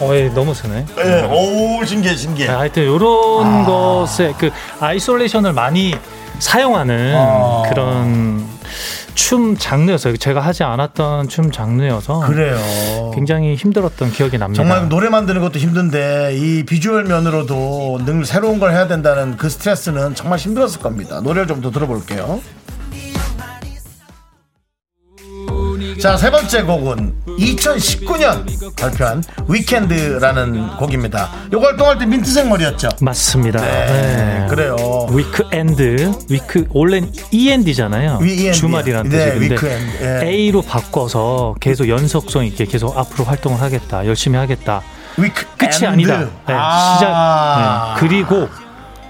어이 너무 세네.
예, 오, 신기해, 신기해.
아, 하여튼 이런 것에 그 아이솔레이션을 많이 사용하는
아.
그런 춤 장르였어요. 제가 하지 않았던 춤 장르여서
그래요.
굉장히 힘들었던 기억이 납니다.
정말 노래 만드는 것도 힘든데 이 비주얼 면으로도 늘 새로운 걸 해야 된다는 그 스트레스는 정말 힘들었을 겁니다. 노래를 좀 더 들어볼게요. 자, 세 번째 곡은 2019년 발표한 위켄드라는 곡입니다. 요거 활동할 때 민트색 머리였죠.
맞습니다.
네, 그래요.
어. 위크엔드, 위크 원래는 END잖아요.
위- END.
주말이라는
네,
뜻이 근데
위크엔드, 예.
A로 바꿔서 계속 연속성 있게 계속 앞으로 활동을 하겠다, 열심히 하겠다.
위크
끝이
엔드.
아니다. 네,
아.
시작. 네, 그리고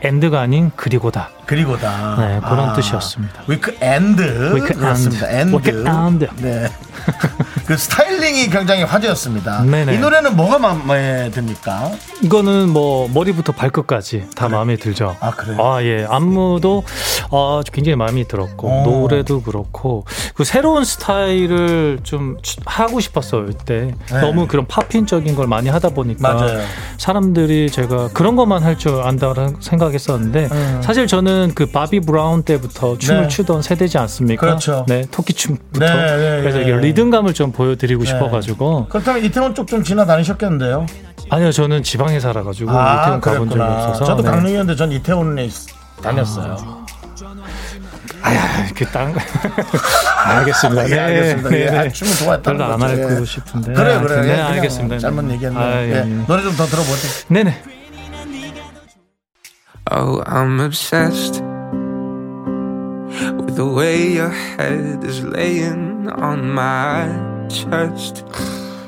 엔드가 아닌 그리고다.
그리고다.
네, 그런
아,
뜻이었습니다.
위크 엔드.
Weekend.
그렇습니다. 엔드.
Weekend.
네. 그 스타일링이 굉장히 화제였습니다.
네네.
이 노래는 뭐가 마음에 듭니까?
이거는 뭐 머리부터 발끝까지 다 마음에 들죠.
아, 그래요?
예. 안무도 어, 굉장히 마음에 들었고
오.
노래도 그렇고 그 새로운 스타일을 좀 추- 하고 싶었어요 이때. 너무 그런 팝핀적인 걸 많이 하다 보니까
네. 맞아요.
사람들이 제가 그런 것만 할 줄 안다라는 생각했었는데 사실 저는 그 바비 브라운 때부터 춤을
네.
추던 세대지 않습니까?
그렇죠.
네, 토끼 춤부터.
네, 네,
그래서
네.
이게 리듬감을 좀 보여드리고 싶어가지고
그렇다면 이태원 쪽 좀 지나다니셨겠는데요?
아니요, 저는 지방에 살아가지고 이태원 가본 적이
그랬구나.
없어서.
저도
네. 아.
강릉이었는데 전 이태원에 있- 다녔어요.
그 땅. 알겠습니다.
예, 알겠습니다. 예, 아, 춤을 좋아했다는
네. 별로 안
거죠.
알고
예.
싶은데.
그래요, 그래요.
네,
예, 그냥
알겠습니다.
잘못 얘기했네.
아,
요
예, 예.
노래 좀 더 들어보세요.
네네.
Oh, I'm obsessed with the way your head is laying on my chest.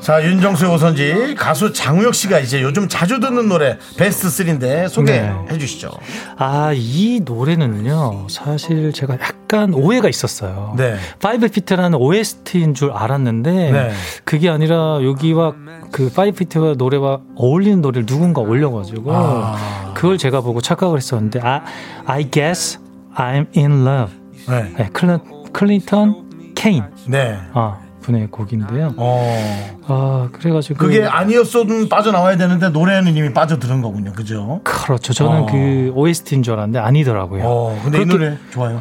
자, 윤정수의 오선지 가수 장우혁 씨가 이제 요즘 자주 듣는 노래 베스트 3인데 소개해
네.
주시죠.
아, 이 노래는요, 사실 제가 약간 오해가 있었어요.
네.
파이브 피트라는 OST인 줄 알았는데,
네.
그게 아니라 여기와 그 파이브 피트와 노래와 어울리는 노래를 누군가 올려가지고,
아.
그걸 제가 보고 착각을 했었는데, 아, I guess I'm in love.
네.
네, 클린, 클린턴 케인.
네.
아, 분의 곡인데요.
어.
아, 그래가지고.
그게 아니었어도 빠져나와야 되는데 노래는 이미 빠져드는 거군요. 그죠?
그렇죠. 저는
어.
그 OST인 줄 알았는데 아니더라고요.
어, 근데 이
그렇게-
노래 좋아요.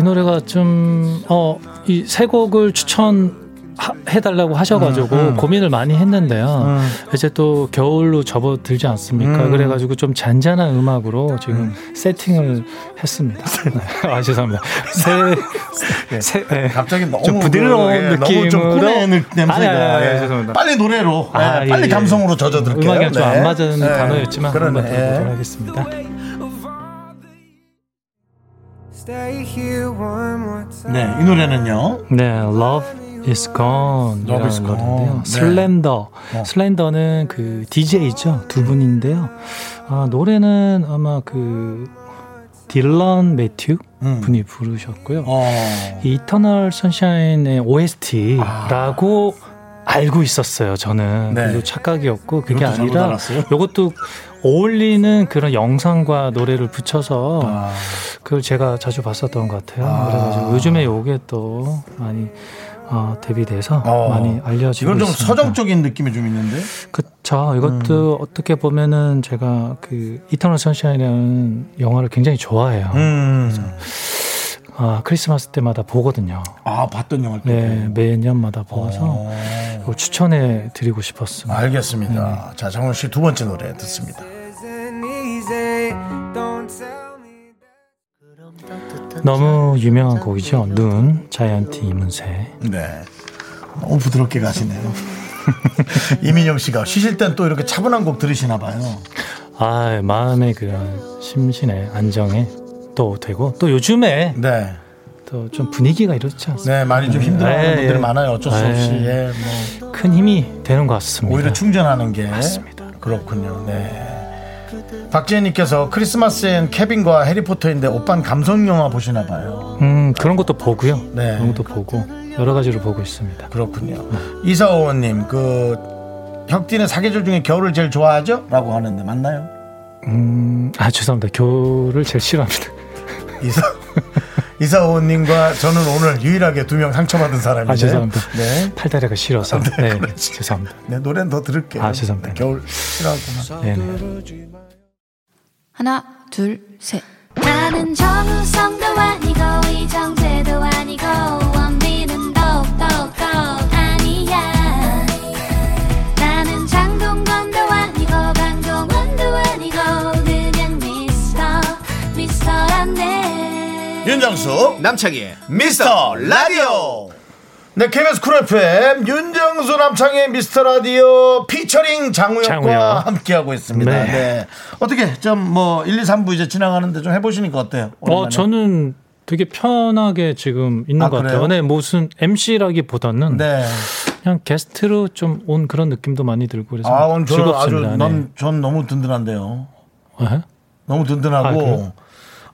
이 노래가 좀, 어, 이 세 곡을 추천, 해달라고 하셔가지고
음,
고민을 많이 했는데요. 이제 또 겨울로 접어들지 않습니까?
음.
그래가지고 좀 잔잔한 음악으로 지금 세팅을 했습니다. 아 죄송합니다. 세, 세, 네.
갑자기 너무
좀 부드러운
그, 예, 너무 좀
느낌으로?
꾸레 냄새가
아니, 아니, 아니,
예.
죄송합니다.
빨리 노래로 예,
아, 예,
빨리
예.
감성으로 젖어들게요.
음악이랑 좀
네.
안 맞은
예.
단어였지만 한번
그러네.
들어보도록
예.
하겠습니다.
Stay here one more time.
네, 이 노래는요.
네, Love is Gone.
Love is
이라는 노래인데요.
Gone. 네.
슬렌더. 슬렌더는 그 DJ죠. 두 분인데요. 아, 노래는 아마 그 딜런 매튜
음.
분이 부르셨고요.
어.
이 이터널 선샤인의 OST라고 알고 있었어요, 저는.
아. 네.
그리고 착각이었고, 그게
이것도 잘못
아니라
알았어요?
이것도 어울리는 그런 영상과 노래를 붙여서
아.
그걸 제가 자주 봤었던 것 같아요. 그래가지고 요즘에 요게 또 많이 어, 대비돼서
어.
많이 알려지고
이건 좀
있습니다.
서정적인 느낌이 좀 있는데.
그쵸.
음.
이것도 어떻게 보면은 제가 그 이터널 선샤인이라는 영화를 굉장히 좋아해요.
음.
아, 크리스마스 때마다 보거든요.
아, 봤던 영화 때.
네, 매년마다
어.
보아서 이걸 추천해 드리고 싶었습니다.
알겠습니다. 자, 장훈 씨 두 번째 노래 듣습니다.
Isn't easy. Don't tell me
너무 유명한 곡이죠. 눈, 자이언티 이문세.
네. 너무 부드럽게 가시네요. 이민영 씨가 쉬실 땐 또 이렇게 차분한 곡 들으시나 봐요.
아, 마음의 그런 심신의 안정에 또 되고 또 요즘에
네.
또 좀 분위기가 이렇지 않습니까?
네, 많이 좀 힘들어하는
예,
분들이
예.
많아요. 어쩔 수
예.
없이. 예, 뭐
큰 힘이 되는 것 같습니다.
오히려 네. 충전하는 게
맞습니다.
그렇군요. 네. 박지혜님께서 크리스마스엔 케빈과 해리포터인데 오빤 감성 영화 보시나 봐요.
음, 그런 것도 보고요.
네.
그런 것도 보고 여러 가지로 보고 있습니다.
그렇군요. 이사오원님, 그 혁디는 사계절 중에 겨울을 제일 좋아하죠? 라고 하는데 맞나요?
음, 아 죄송합니다. 겨울을 제일 싫어합니다.
이사 이사오님과 저는 오늘 유일하게 두 명 상처받은 사람인데.
아 죄송합니다.
네.
팔다리가 싫어서. 네, 죄송합니다.
네 노래는 더 들을게요.
아, 죄송합니다.
네, 겨울 싫어하구나.
네, 네.
하나, 둘, 셋.
나는 정우성도 아니고 이정재도 아니고
윤정수
남창희의
미스터 라디오 네 KBS 쿨 FM 윤정수 남창의 미스터 라디오 피처링 장우혁과
장우혁.
함께하고 있습니다 네.
네.
어떻게 좀 뭐 1, 2, 3부 이제 지나가는데 좀 해보시니까 어때요?
어,
오랜만에.
저는 되게 편하게 지금 있는
아,
것 같아요.
그래요?
네, 무슨 MC라기보다는
네.
그냥 게스트로 좀 온 그런 느낌도 많이 들고 그래서
아, 오늘 저는 아주
즐겁습니다.
넌, 전 너무 든든한데요.
네. 네?
너무
아,
든든하고
그래요?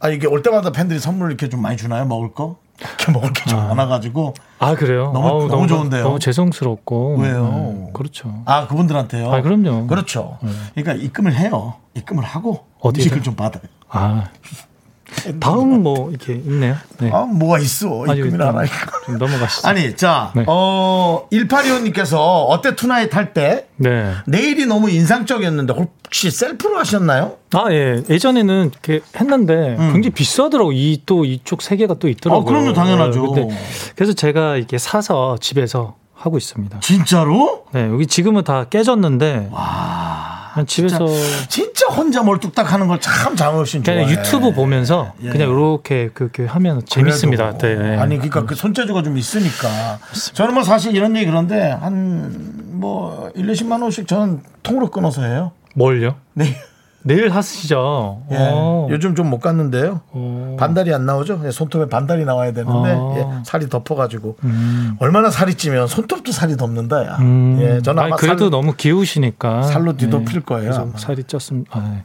아, 이게 올 때마다 팬들이 선물 이렇게 좀 많이 주나요? 먹을 거? 이렇게 먹을 게 좀 많아가지고
아 그래요?
너무- 너무 좋은데요?
너무 죄송스럽고
왜요?
음, 그렇죠.
아 그분들한테요.
아, 그럼요.
그렇죠. 그러니까 입금을 해요. 입금을 하고
어디에요?
음식을 좀 받아요.
아 다음 뭐 이렇게 있네요. 네.
아 뭐가 있어?
아니,
입금이나 안
일단 좀
하니까.
넘어가시죠.
아니 자,
네.
어 1825님께서 어때 투나잇 할 때
네.
내일이 너무 인상적이었는데 혹시 셀프로 하셨나요?
아, 예. 예전에는 이렇게 했는데 굉장히 비싸더라고. 이 또 이쪽 세 개가 또
음.
있더라고요.
아, 그럼요. 당연하죠.
네, 근데 그래서 제가 이렇게 사서 집에서 하고 있습니다.
진짜로?
네, 여기 지금은 다 깨졌는데. 그냥 집에서
진짜 혼자 뭘 뚝딱 하는 걸 참 장호신 좋아해.
그냥 유튜브 보면서
예.
그냥 이렇게 그렇게 하면 재밌습니다.
그래도.
네, 예.
아니 그러니까 그 손재주가 좀 있으니까. 저는 뭐 사실 이런 얘기 그런데 한 뭐 1, 20만 원씩 저는 통으로 끊어서 해요.
뭘요?
네.
내일 하시죠.
예,
어.
요즘 좀 못 갔는데요.
어.
반달이 안 나오죠. 예, 손톱에 반달이 나와야 되는데
어.
예, 살이 덮어가지고 얼마나 살이 찌면 손톱도 살이 덮는다. 야.
음.
예, 저는
아니,
아마
그래도
살,
너무 귀우시니까 네.
살로 뒤덮일 거예요,
그래서
아마.
살이 쪘습니다. 아, 네.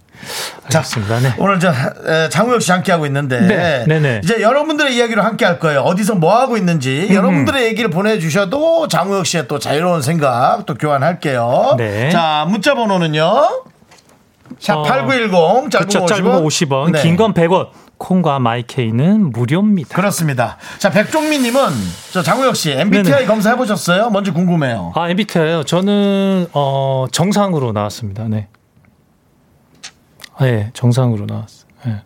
알겠습니다. 네.
오늘 저 에, 장우혁 씨 함께 하고 있는데
네, 네, 네.
이제 여러분들의 이야기로 함께 할 거예요. 어디서 뭐 하고 있는지
음.
여러분들의 얘기를 보내주셔도 장우혁 씨의 또 자유로운 생각 또 교환할게요.
네.
자 문자 번호는요.
어,
샵8910 짧은
그쵸,
거 50원,
짧은 거 50원,
네.
긴 건 100원. 콩과 마이케이는 무료입니다.
그렇습니다. 자, 백종민님은 저 장우혁 씨 MBTI
네네.
검사 해보셨어요? 뭔지 궁금해요.
아, MBTI요? 저는 어, 정상으로 나왔습니다. 네. 아, 예, 정상으로 나왔어요. 예.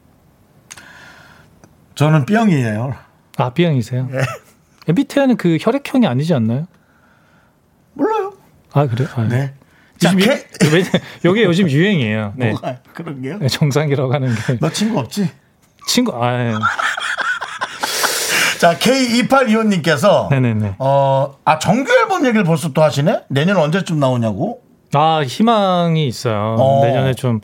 저는 B형이에요.
아, B형이세요?
네.
MBTI는 그 혈액형이 아니지 않나요?
몰라요.
아, 그래요? 아, 예.
네. 자,
요즘
K.
이게 요즘 유행이에요. 네.
뭐가 아, 그런 게요?
네, 정상이라고 하는 게
너 친구 없지?
친구 아 예.
자, K2825님께서
네네네.
어, 아 정규 앨범 얘기를 벌써 또 하시네? 내년 언제쯤 나오냐고?
아 희망이 있어요.
어.
내년에 좀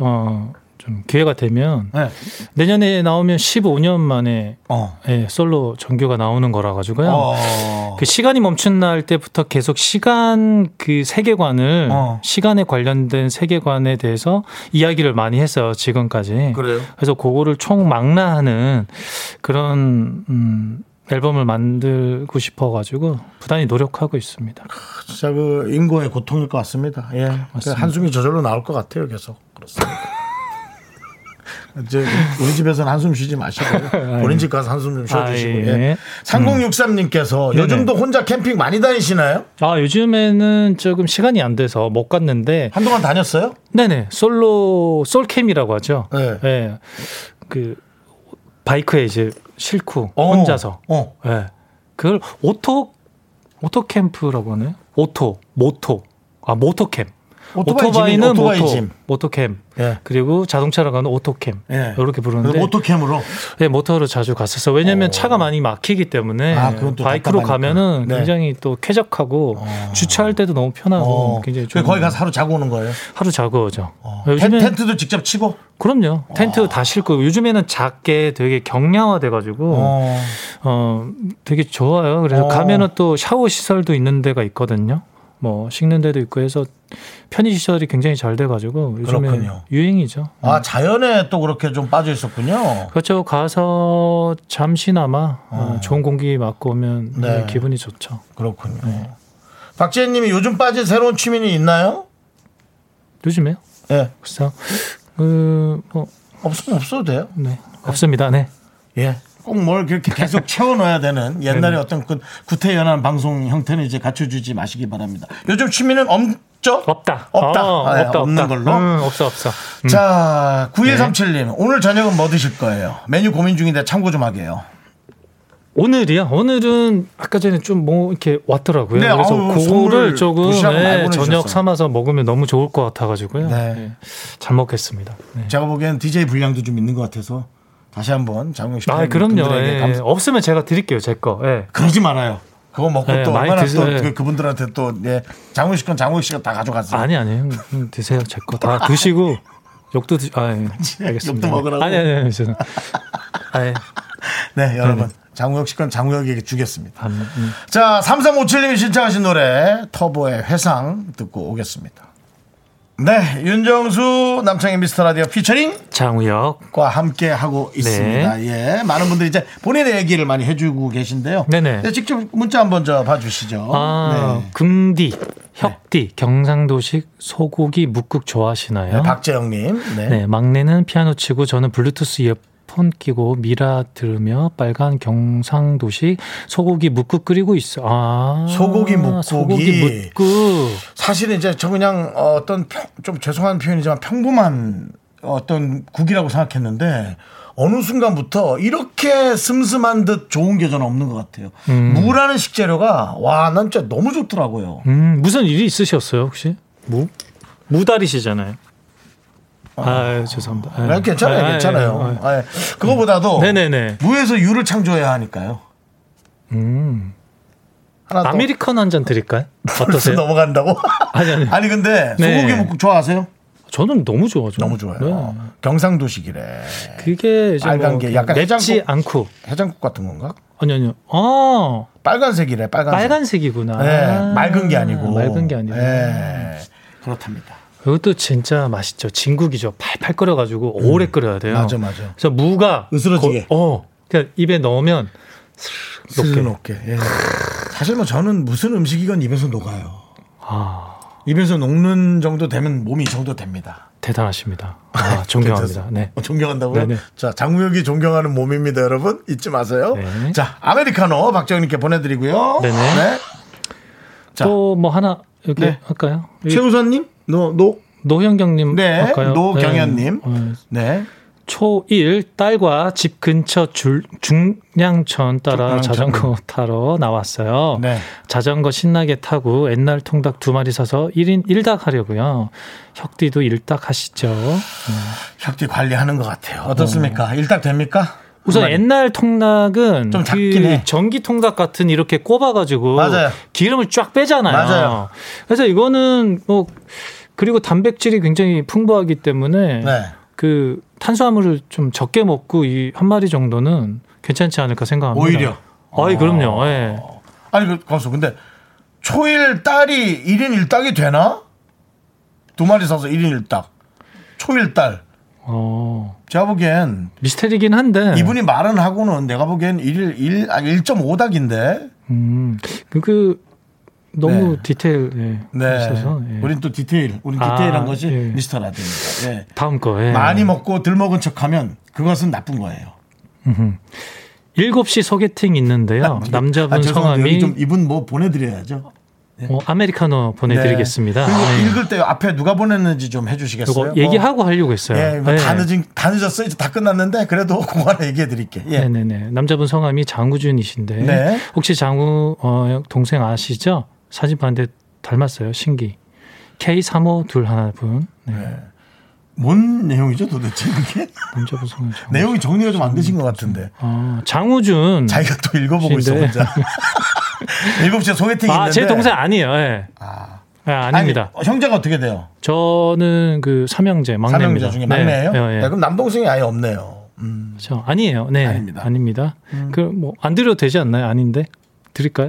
어, 좀 기회가 되면
네.
내년에 나오면 15년 만에
어.
예, 솔로 정규가 나오는 거라 가지고요.
어.
그 시간이 멈춘 날 때부터 계속 시간 그 세계관을
어.
시간에 관련된 세계관에 대해서 이야기를 많이 했어요 지금까지.
그래요?
그래서 그거를 총망라하는 그런 음, 앨범을 만들고 싶어가지고 부단히 노력하고 있습니다.
진짜 그 인고의 고통일 것 같습니다. 예. 그 한숨이 저절로 나올 것 같아요, 계속. 그렇습니다. 이제 우리 집에서는 한숨 쉬지 마시고요. 본인 집 가서 한숨 좀 쉬어주시고. 음.
아,
요
예.
예. 3063님께서 요즘도 혼자 캠핑 많이 다니시나요?
아 요즘에는 조금 시간이 안 돼서 못 갔는데
한동안 다녔어요?
네네 솔로 솔캠이라고 하죠.
네.
예. 그 바이크에 이제 싣고
어.
혼자서.
어.
예. 그걸 오토 오토 캠프라고 하나요? 오토 모토 아 모토캠.
오토바이 짐이-
오토바이는
오토바이
모토
짐.
모토캠.
예.
그리고 자동차로 가는 오토캠.
예.
이렇게 부르는데
그래서 오토캠으로.
네, 모터로 자주 갔었어. 요 왜냐면 차가 많이 막히기 때문에
아, 그건 또
바이크로
답답하니까.
가면은
네.
굉장히 또 쾌적하고 주차할 때도 너무 편하고
어.
굉장히
그
좋은
거기 가서 하루 자고 오는 거예요.
하루 자고 오죠.
어. 텐- 어.
요즘에
텐트도 직접 치고.
그럼요. 텐트 다 싣고 요즘에는 작게 되게 경량화 돼 가지고 어.
어.
되게 좋아요. 그래서
어.
가면은 또 샤워 시설도 있는 데가 있거든요. 뭐 식는 데도 있고 해서 편의 시설이 굉장히 잘 돼 가지고 요즘에
그렇군요.
유행이죠.
아 자연에 또 그렇게 좀 빠져 있었군요.
그렇죠. 가서 잠시나마 어, 좋은 공기 맞고 오면
네.
기분이 좋죠.
그렇군요. 네. 박지혜님이 요즘 빠진 새로운 취미는 있나요?
요즘에요?
예.
글쎄요. 그, 뭐,
없으면 없어도 돼요.
네. 없습니다. 네.
예. 꼭 뭘 그렇게 계속 채워 넣어야 되는 옛날에 어떤 그 구태연한 방송 형태는 이제 갖춰주지 마시기 바랍니다. 요즘 취미는 없죠?
없다.
없다.
어,
아, 예,
없다.
없는
없다.
걸로.
음, 없어, 없어. 음.
자, 9137님. 오늘 저녁은 뭐 드실 거예요? 메뉴 고민 중인데 참고 좀 하게요.
오늘이요? 오늘은 아까 전에 좀 뭐 이렇게 왔더라고요.
네,
그래서
아우, 선물
그거를 조금
도시락을 많이
네,
보내주셨어요.
저녁 삼아서 먹으면 너무 좋을 것 같아가지고요.
네.
네. 잘 먹겠습니다. 네.
제가 보기엔 DJ 분량도 좀 있는 것 같아서 다시 한번 장용 씨
아, 그럼요.
분들에게
예,
감-
없으면 제가 드릴게요, 제 거. 예.
그러지 말아요. 그거 먹고
네,
또
많이
얼마나
드세요.
또 그, 그분들한테 또 예, 장욱 씨건 장욱 씨가 다 가져갔어요.
아니 아니 형님 형님 드세요 제 거 다 드시고 욕도 드. 아 예. 알겠습니다.
욕도 먹으라고.
아니 아니 아니 저는 아예
네, 여러분. 장우혁 씨건 장우혁에게 주겠습니다.
반- 음.
자, 3357님이 신청하신 노래 터보의 회상 듣고 오겠습니다. 네, 윤정수 남창의 미스터 라디오 피처링
장우혁.
과 함께
네.
하고 있습니다. 예, 많은 분들이 이제 본인의 얘기를 많이 해주고 계신데요.
네네.
네, 직접 문자 한번 저 봐주시죠.
아
네.
금디 혁디 경상도식 소고기 묵국 좋아하시나요?
네, 박재영님. 네.
네, 막내는 피아노 치고 저는 블루투스 이어폰 끼고 미라 들으며 빨간 경상도식 소고기 묵국 끓이고 있어. 아
소고기 묵국이.
소고기 묵국.
사실은 이제 저 그냥 어, 어떤 평- 좀 죄송한 표현이지만 평범한 어떤 국이라고 생각했는데 어느 순간부터 이렇게 슴슴한 듯 좋은 게전 없는 것 같아요. 무라는 식재료가 와 난 진짜 너무 좋더라고요.
음, 무슨 일이 있으셨어요, 혹시? 무? 무다리시잖아요. 아, 죄송합니다. 아,
네, 괜찮아요,
아, 아,
괜찮아요.
아, 아.
예. 그거보다도
네네네.
무에서 유를 창조해야 하니까요. 하나 더
아메리카노 한 잔 드릴까요? 음. 어떠세요?
넘어간다고?
아니, 아니.
아니 근데
네.
소고기 묵국 좋아하세요?
저는 너무 좋아요. 저는.
너무 좋아요.
네.
경상도식이래.
그게 이제
빨간
뭐
게 약간 해장국-
맵지 않고.
해장국 같은 건가?
아니 아니요. 아,
빨간색이래. 빨간색.
빨간색이구나.
예, 맑은 게 아니고.
맑은 게 아니고.
예. 그렇답니다.
이것도 진짜 맛있죠. 진국이죠. 팔팔 끓여가지고 오래 끓여야 돼요.
음. 맞아, 맞아.
그래서 무가
으스러지게.
거- 어, 그냥 입에 넣으면 스르륵
스르
녹게.
녹게. 예. 사실 뭐 저는 무슨 음식이건 입에서 녹아요.
아,
입에서 녹는 정도 되면 몸이 이 정도 됩니다.
대단하십니다. 아, 존경합니다.
괜찮습니다.
네.
어, 존경한다고요?
네네.
자, 장무혁이 존경하는 몸입니다, 여러분. 잊지 마세요.
네.
자, 아메리카노 박정희님께 보내드리고요.
네네.
네. 자.
또 뭐 하나 여기
네.
할까요? 여기
최우선님, 노, 노.
노현경님
네.
할까요?
노경현님.
네.
네.
초일 딸과 집 근처 줄, 중량천 따라
중량천.
자전거 타러 나왔어요.
네.
자전거 신나게 타고 옛날 통닭 두 마리 사서 1인 1닭 하려고요. 혁디도 1닭 하시죠.
협디 관리하는 것 같아요. 어떻습니까? 일단 됩니까?
우선
정말.
옛날 통닭은
좀 작긴
그
해.
전기 통닭 같은 이렇게 꼽아가지고
맞아요.
기름을 쫙 빼잖아요.
맞아요.
그래서 이거는 뭐 그리고 단백질이 굉장히 풍부하기 때문에
네.
그 탄수화물을 좀 적게 먹고 이 한 마리 정도는 괜찮지 않을까 생각합니다.
오히려. 어.
아이 그럼요. 예.
아니 그 가수 근데 초일 딸이 1인 1닭이 되나? 두 마리 사서 1인 1닭. 초일 딸.
어
제가 보기엔
미스테리긴 한데
이분이 말은 하고는 내가 보기엔 1일 1 아니 1.5닭인데.
음, 그, 그 너무
네.
디테일 예,
네.
있어서 예.
우린 또 디테일. 우린 디테일한
아,
것이
예.
미스터 라디오입니다. 예.
다음 거 예.
많이 먹고 덜 먹은 척하면 그것은 나쁜 거예요.
7시 소개팅 있는데요. 남자분
아, 죄송한데 여기
성함이
좀 예. 이분 뭐 보내드려야죠.
어, 아메리카노 보내드리겠습니다.
그리고
네.
읽을 때 앞에 누가 보냈는지 좀
이거
해주시겠어요? 뭐.
얘기하고 하려고 했어요.
예, 뭐다
네.
늦은 다 늦었어 이제 다 끝났는데 그래도 그거 하나 얘기해 드릴게. 예.
네네네. 남자분 성함이 장우준이신데
네.
혹시 장우 어, 동생 아시죠? 사진 봤는데 닮았어요. 신기. K3521 하나분. 네.
뭔 내용이죠 도대체 그게?
남자분 성함 장우.
내용이 정리가 좀 안 되신 것 같은데.
어, 장우준.
자기가 또 읽어보고 있어
근데-
혼자. 일곱 시에 소개팅
아,
있는데.
제 동생 아니에요. 예. 아. 아닙니다.
아니, 형제가 어떻게 돼요?
저는 그 삼형제 막내입니다.
삼형제 중에 막내예요?
네. 예, 예.
야, 그럼 남동생이 아예 없네요. 음.
그렇죠. 아니에요. 네.
아닙니다. 음.
아닙니다. 그럼 뭐 안 드려도 되지 않나요? 아닌데. 드릴까요?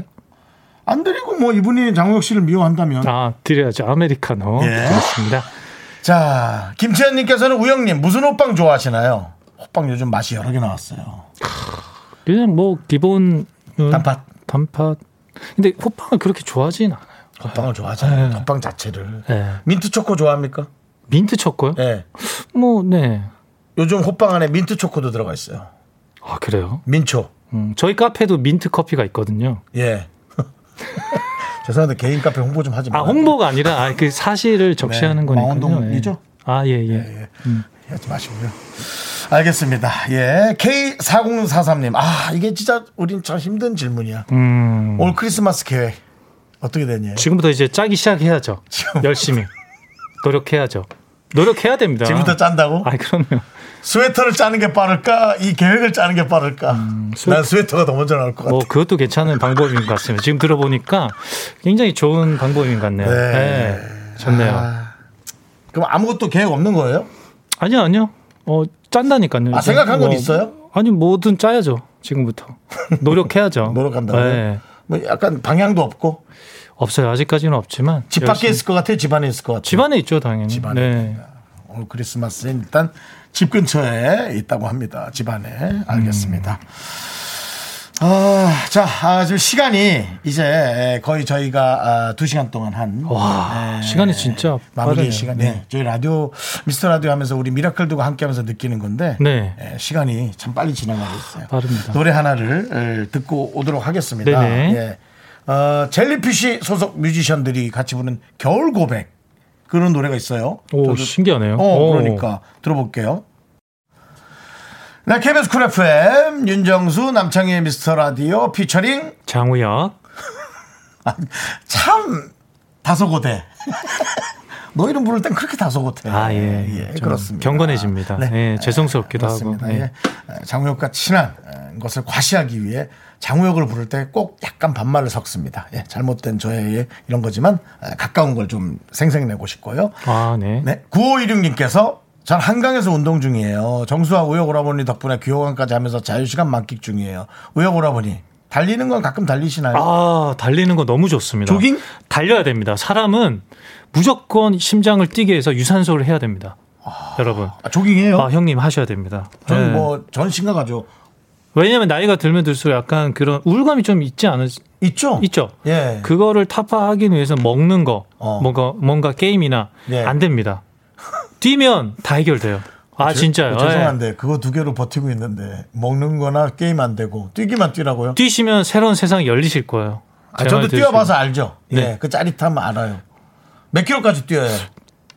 안 드리고 뭐 이분이 장우혁 씨를 미워한다면.
아, 드려야죠. 아메리카노.
음. 예.
그렇습니다.
자 김채연님께서는 우영님 무슨 호빵 좋아하시나요? 호빵 요즘 맛이 여러 개 나왔어요.
그냥 뭐 기본 음,
단팥.
단팥. 근데 호빵을 그렇게 좋아하진 않아요.
호빵을 좋아하잖아요.
네.
호빵 자체를.
예.
민트 초코 좋아합니까?
민트 초코요?
예.
뭐 네.
요즘 호빵 안에 민트 초코도 들어가 있어요.
아 그래요?
민초.
음, 저희 카페도 민트 커피가 있거든요.
예. 죄송한데 개인 카페 홍보 좀 하지
아
마요.
홍보가 아니라 아, 그 사실을 적시하는
네,
거니까요.
망원동이죠?
아 예예.
하지 마시고요. 알겠습니다. 예. K4043님. 아, 이게 진짜 우린 참 힘든 질문이야.
음,
올 크리스마스 계획 어떻게 되니?
지금부터 이제 짜기 시작해야죠. 열심히 노력해야죠. 노력해야 됩니다.
지금부터 짠다고?
아 그럼요.
스웨터를 짜는 게 빠를까? 이 계획을 짜는 게 빠를까? 난 스웨터가 더 먼저 나올 것 같아.
음, 뭐 그것도 괜찮은 방법인 것 같습니다. 지금 들어보니까 굉장히 좋은 방법인 것 같네요.
네. 아.
네. 좋네요.
그럼 아무것도 계획 없는 거예요?
아니요, 아니요. 어, 짠다니까요.
아,
이제 뭐
생각한 건 있어요?
아니, 뭐든 짜야죠. 지금부터. 노력해야죠.
노력한다고요?
네.
뭐 약간 방향도 없고
없어요. 아직까지는 없지만.
집 밖에 있을 것 같아요, 집 안에 있을 것 같아요.
집 안에 있죠, 당연히.
집 안에
네.
오늘 크리스마스엔 일단 집 근처에 있다고 합니다. 집 안에 알겠습니다. 아, 자, 아, 지금 시간이 이제 거의 저희가 아, 두 시간 동안 한
와,
네,
시간이 진짜
마무리
빠르네요.
시간. 네. 저희 라디오 미스터 라디오 하면서 우리 미라클들과 함께하면서 느끼는 건데
네. 아,
예, 시간이 참 빨리 지나가고 있어요.
빠릅니다.
노래 하나를 예, 듣고 오도록 하겠습니다.
네네.
예. 어, 젤리피쉬 소속 뮤지션들이 같이 부른 겨울 고백 그런 노래가 있어요.
오,
저도-
신기하네요.
어,
오.
그러니까 들어볼게요. 네, KBS 쿨 FM 윤정수 남창희의 미스터 라디오 피처링
장우혁.
참 다소곳해. 너 이름 부를 땐 그렇게 다소곳해.
아, 예. 좀
그렇습니다. 네.
경건해집니다. 예, 죄송스럽기도
그렇습니다.
하고. 예.
예. 장우혁과 친한 에, 것을 과시하기 위해 장우혁을 부를 때 꼭 약간 반말을 섞습니다. 예, 잘못된 저의 이런 거지만 에, 가까운 걸 좀 생생내고 싶고요.
아, 네.
네. 9516님께서 전 한강에서 운동 중이에요. 정수와 우혁 오라버니 덕분에 귀호강까지 하면서 자유시간 만끽 중이에요. 우혁 오라버니 달리는 건 가끔 달리시나요?
아, 달리는 거 너무 좋습니다.
조깅?
달려야 됩니다. 사람은 무조건 심장을 뛰게 해서 유산소를 해야 됩니다. 여러분.
아, 조깅해요?
아, 형님 하셔야 됩니다.
저는
예.
뭐, 전 심각하죠.
왜냐면 나이가 들면 들수록 약간 그런 우울감이 좀 있지 않으
있죠?
있죠.
예.
그거를 타파하기 위해서 먹는 거,
어.
뭔가 뭔가 게임이나
예.
안 됩니다. 뛰면 다 해결돼요. 아
제- 어,
진짜요. 예.
죄송한데, 그거 두 개로 버티고 있는데, 먹는 거나 게임 안 되고, 뛰기만 뛰라고요?
뛰시면 새로운 세상이 열리실 거예요.
아,
제
저도
말 들으시면.
뛰어봐서 알죠. 예.
네.
그 짜릿함 알아요. 몇 킬로까지 뛰어요?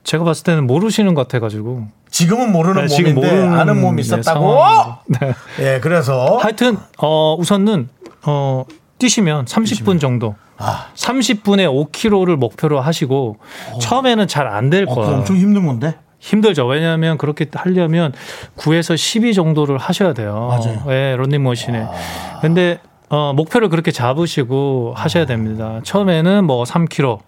제가 봤을 때는 모르시는 것 같아가지고
지금은 모르는
네,
몸인데,
지금 모르는
아는 몸이
예,
있었다고?
상황인데. 네.
예, 그래서.
하여튼 어 우선은 어 뛰시면 30분 정도.
아.
30분에 5km를 목표로 하시고 처음에는 잘 안 될
어, 그거
거예요.
엄청 힘든 건데?
힘들죠. 왜냐하면 그렇게 하려면 9에서 12 정도를 하셔야 돼요.
맞아요. 아.
예, 런닝머신에. 근데 어 목표를 그렇게 잡으시고 하셔야 됩니다. 처음에는 뭐 3km.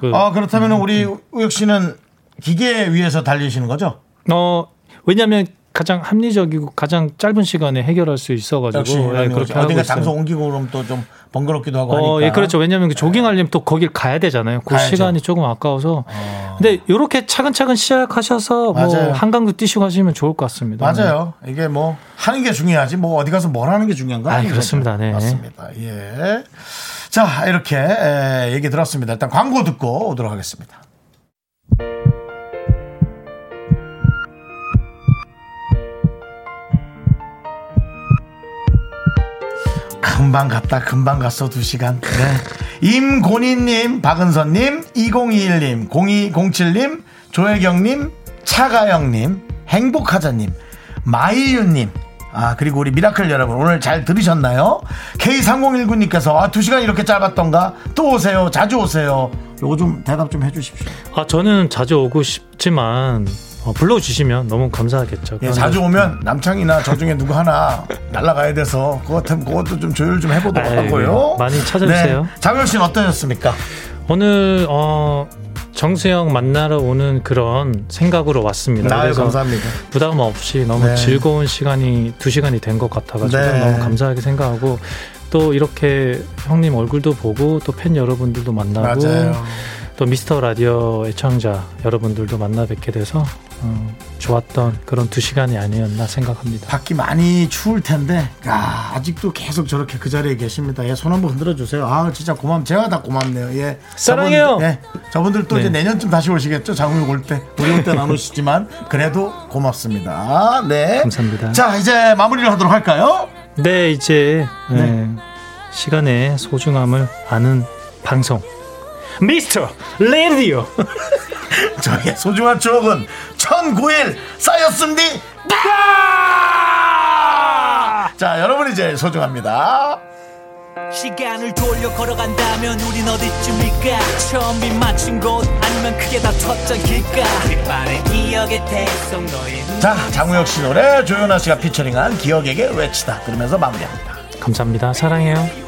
그, 음.
아 그렇다면 우리 우혁 씨는 기계 위에서 달리시는 거죠?
어 왜냐하면 가장 합리적이고 가장 짧은 시간에 해결할 수 있어가지고
역시
예,
아니면
그렇게 하고
어딘가
있어요.
장소 옮기고 그럼 또 좀 번거롭기도 하고
어,
하니까. 네.
예, 그렇죠. 왜냐하면 그 조깅하려면 또 거길 가야 되잖아요. 그
가야죠. 어.
시간이 조금 아까워서. 근데 이렇게 차근차근 시작하셔서 뭐
맞아요.
한강도 뛰시고 하시면 좋을 것 같습니다.
맞아요. 이게 뭐 하는 게 중요하지 뭐 어디 가서 뭘 하는 게 중요한 거
아,
아니죠.
그렇습니다. 네.
맞습니다. 예. 자 이렇게 에, 얘기 들었습니다. 일단 광고 듣고 오도록 하겠습니다. 금방 갔다 금방 갔어 두 시간 네. 임곤희님 박은선님 2021님 0207님 조혜경님 차가영님 행복하자님 마이윤님 아 그리고 우리 미라클 여러분 오늘 잘 들으셨나요? K3019님께서 아 두 시간 이렇게 짧았던가 또 오세요 자주 오세요 요거 좀 대답 좀 해주십시오
아 저는 자주 오고 싶지만 어, 불러주시면 너무 감사하겠죠.
예,
그런데-
자주 오면 남창이나 저 중에 누구 하나 날라가야 돼서 그것 좀- 그것도 좀 조율 좀 해보도록
아유,
하고요
많이 찾아주세요.
네. 장혁 씨는 어떠셨습니까?
오늘 어, 정수영 만나러 오는 그런 생각으로 왔습니다.
나
그래서
감사합니다.
부담 없이 너무
네.
즐거운 시간이 두 시간이 된 것 같아가지고
네.
너무 감사하게 생각하고 또 이렇게 형님 얼굴도 보고 또 팬 여러분들도 만나고
맞아요.
또 미스터 라디오 애청자 여러분들도 만나 뵙게 돼서 어, 좋았던 그런 두 시간이 아니었나 생각합니다.
밖이 많이 추울 텐데 아, 아직도 계속 저렇게 그 자리에 계십니다. 예, 손 한번 흔들어 주세요. 아 진짜 고맙. 제가 다 고맙네요. 예,
사랑해요.
저분들, 예, 저분들 또
네.
이제 내년쯤 다시 오시겠죠. 장우혁 올 때, 우리 올 때는 안 오시지만 그래도 고맙습니다. 네,
감사합니다.
자 이제 마무리를 하도록 할까요?
네 이제 예, 시간의 소중함을 아는 방송 미스터 라디오
저희의 소중한 추억은 1009일 쌓였습니다. 자 여러분이 제일 소중합니다.
시간을 돌려 걸어간다면 우린 어디쯤일까 처음 빈 맞춘 곳 아니면 크게 다쳤던 길가 빗발의 기억의 대성 너의 눈
자, 장우혁 씨 노래 조연아 씨가 피처링한 기억에게 외치다. 그러면서 마무리합니다.
감사합니다. 사랑해요.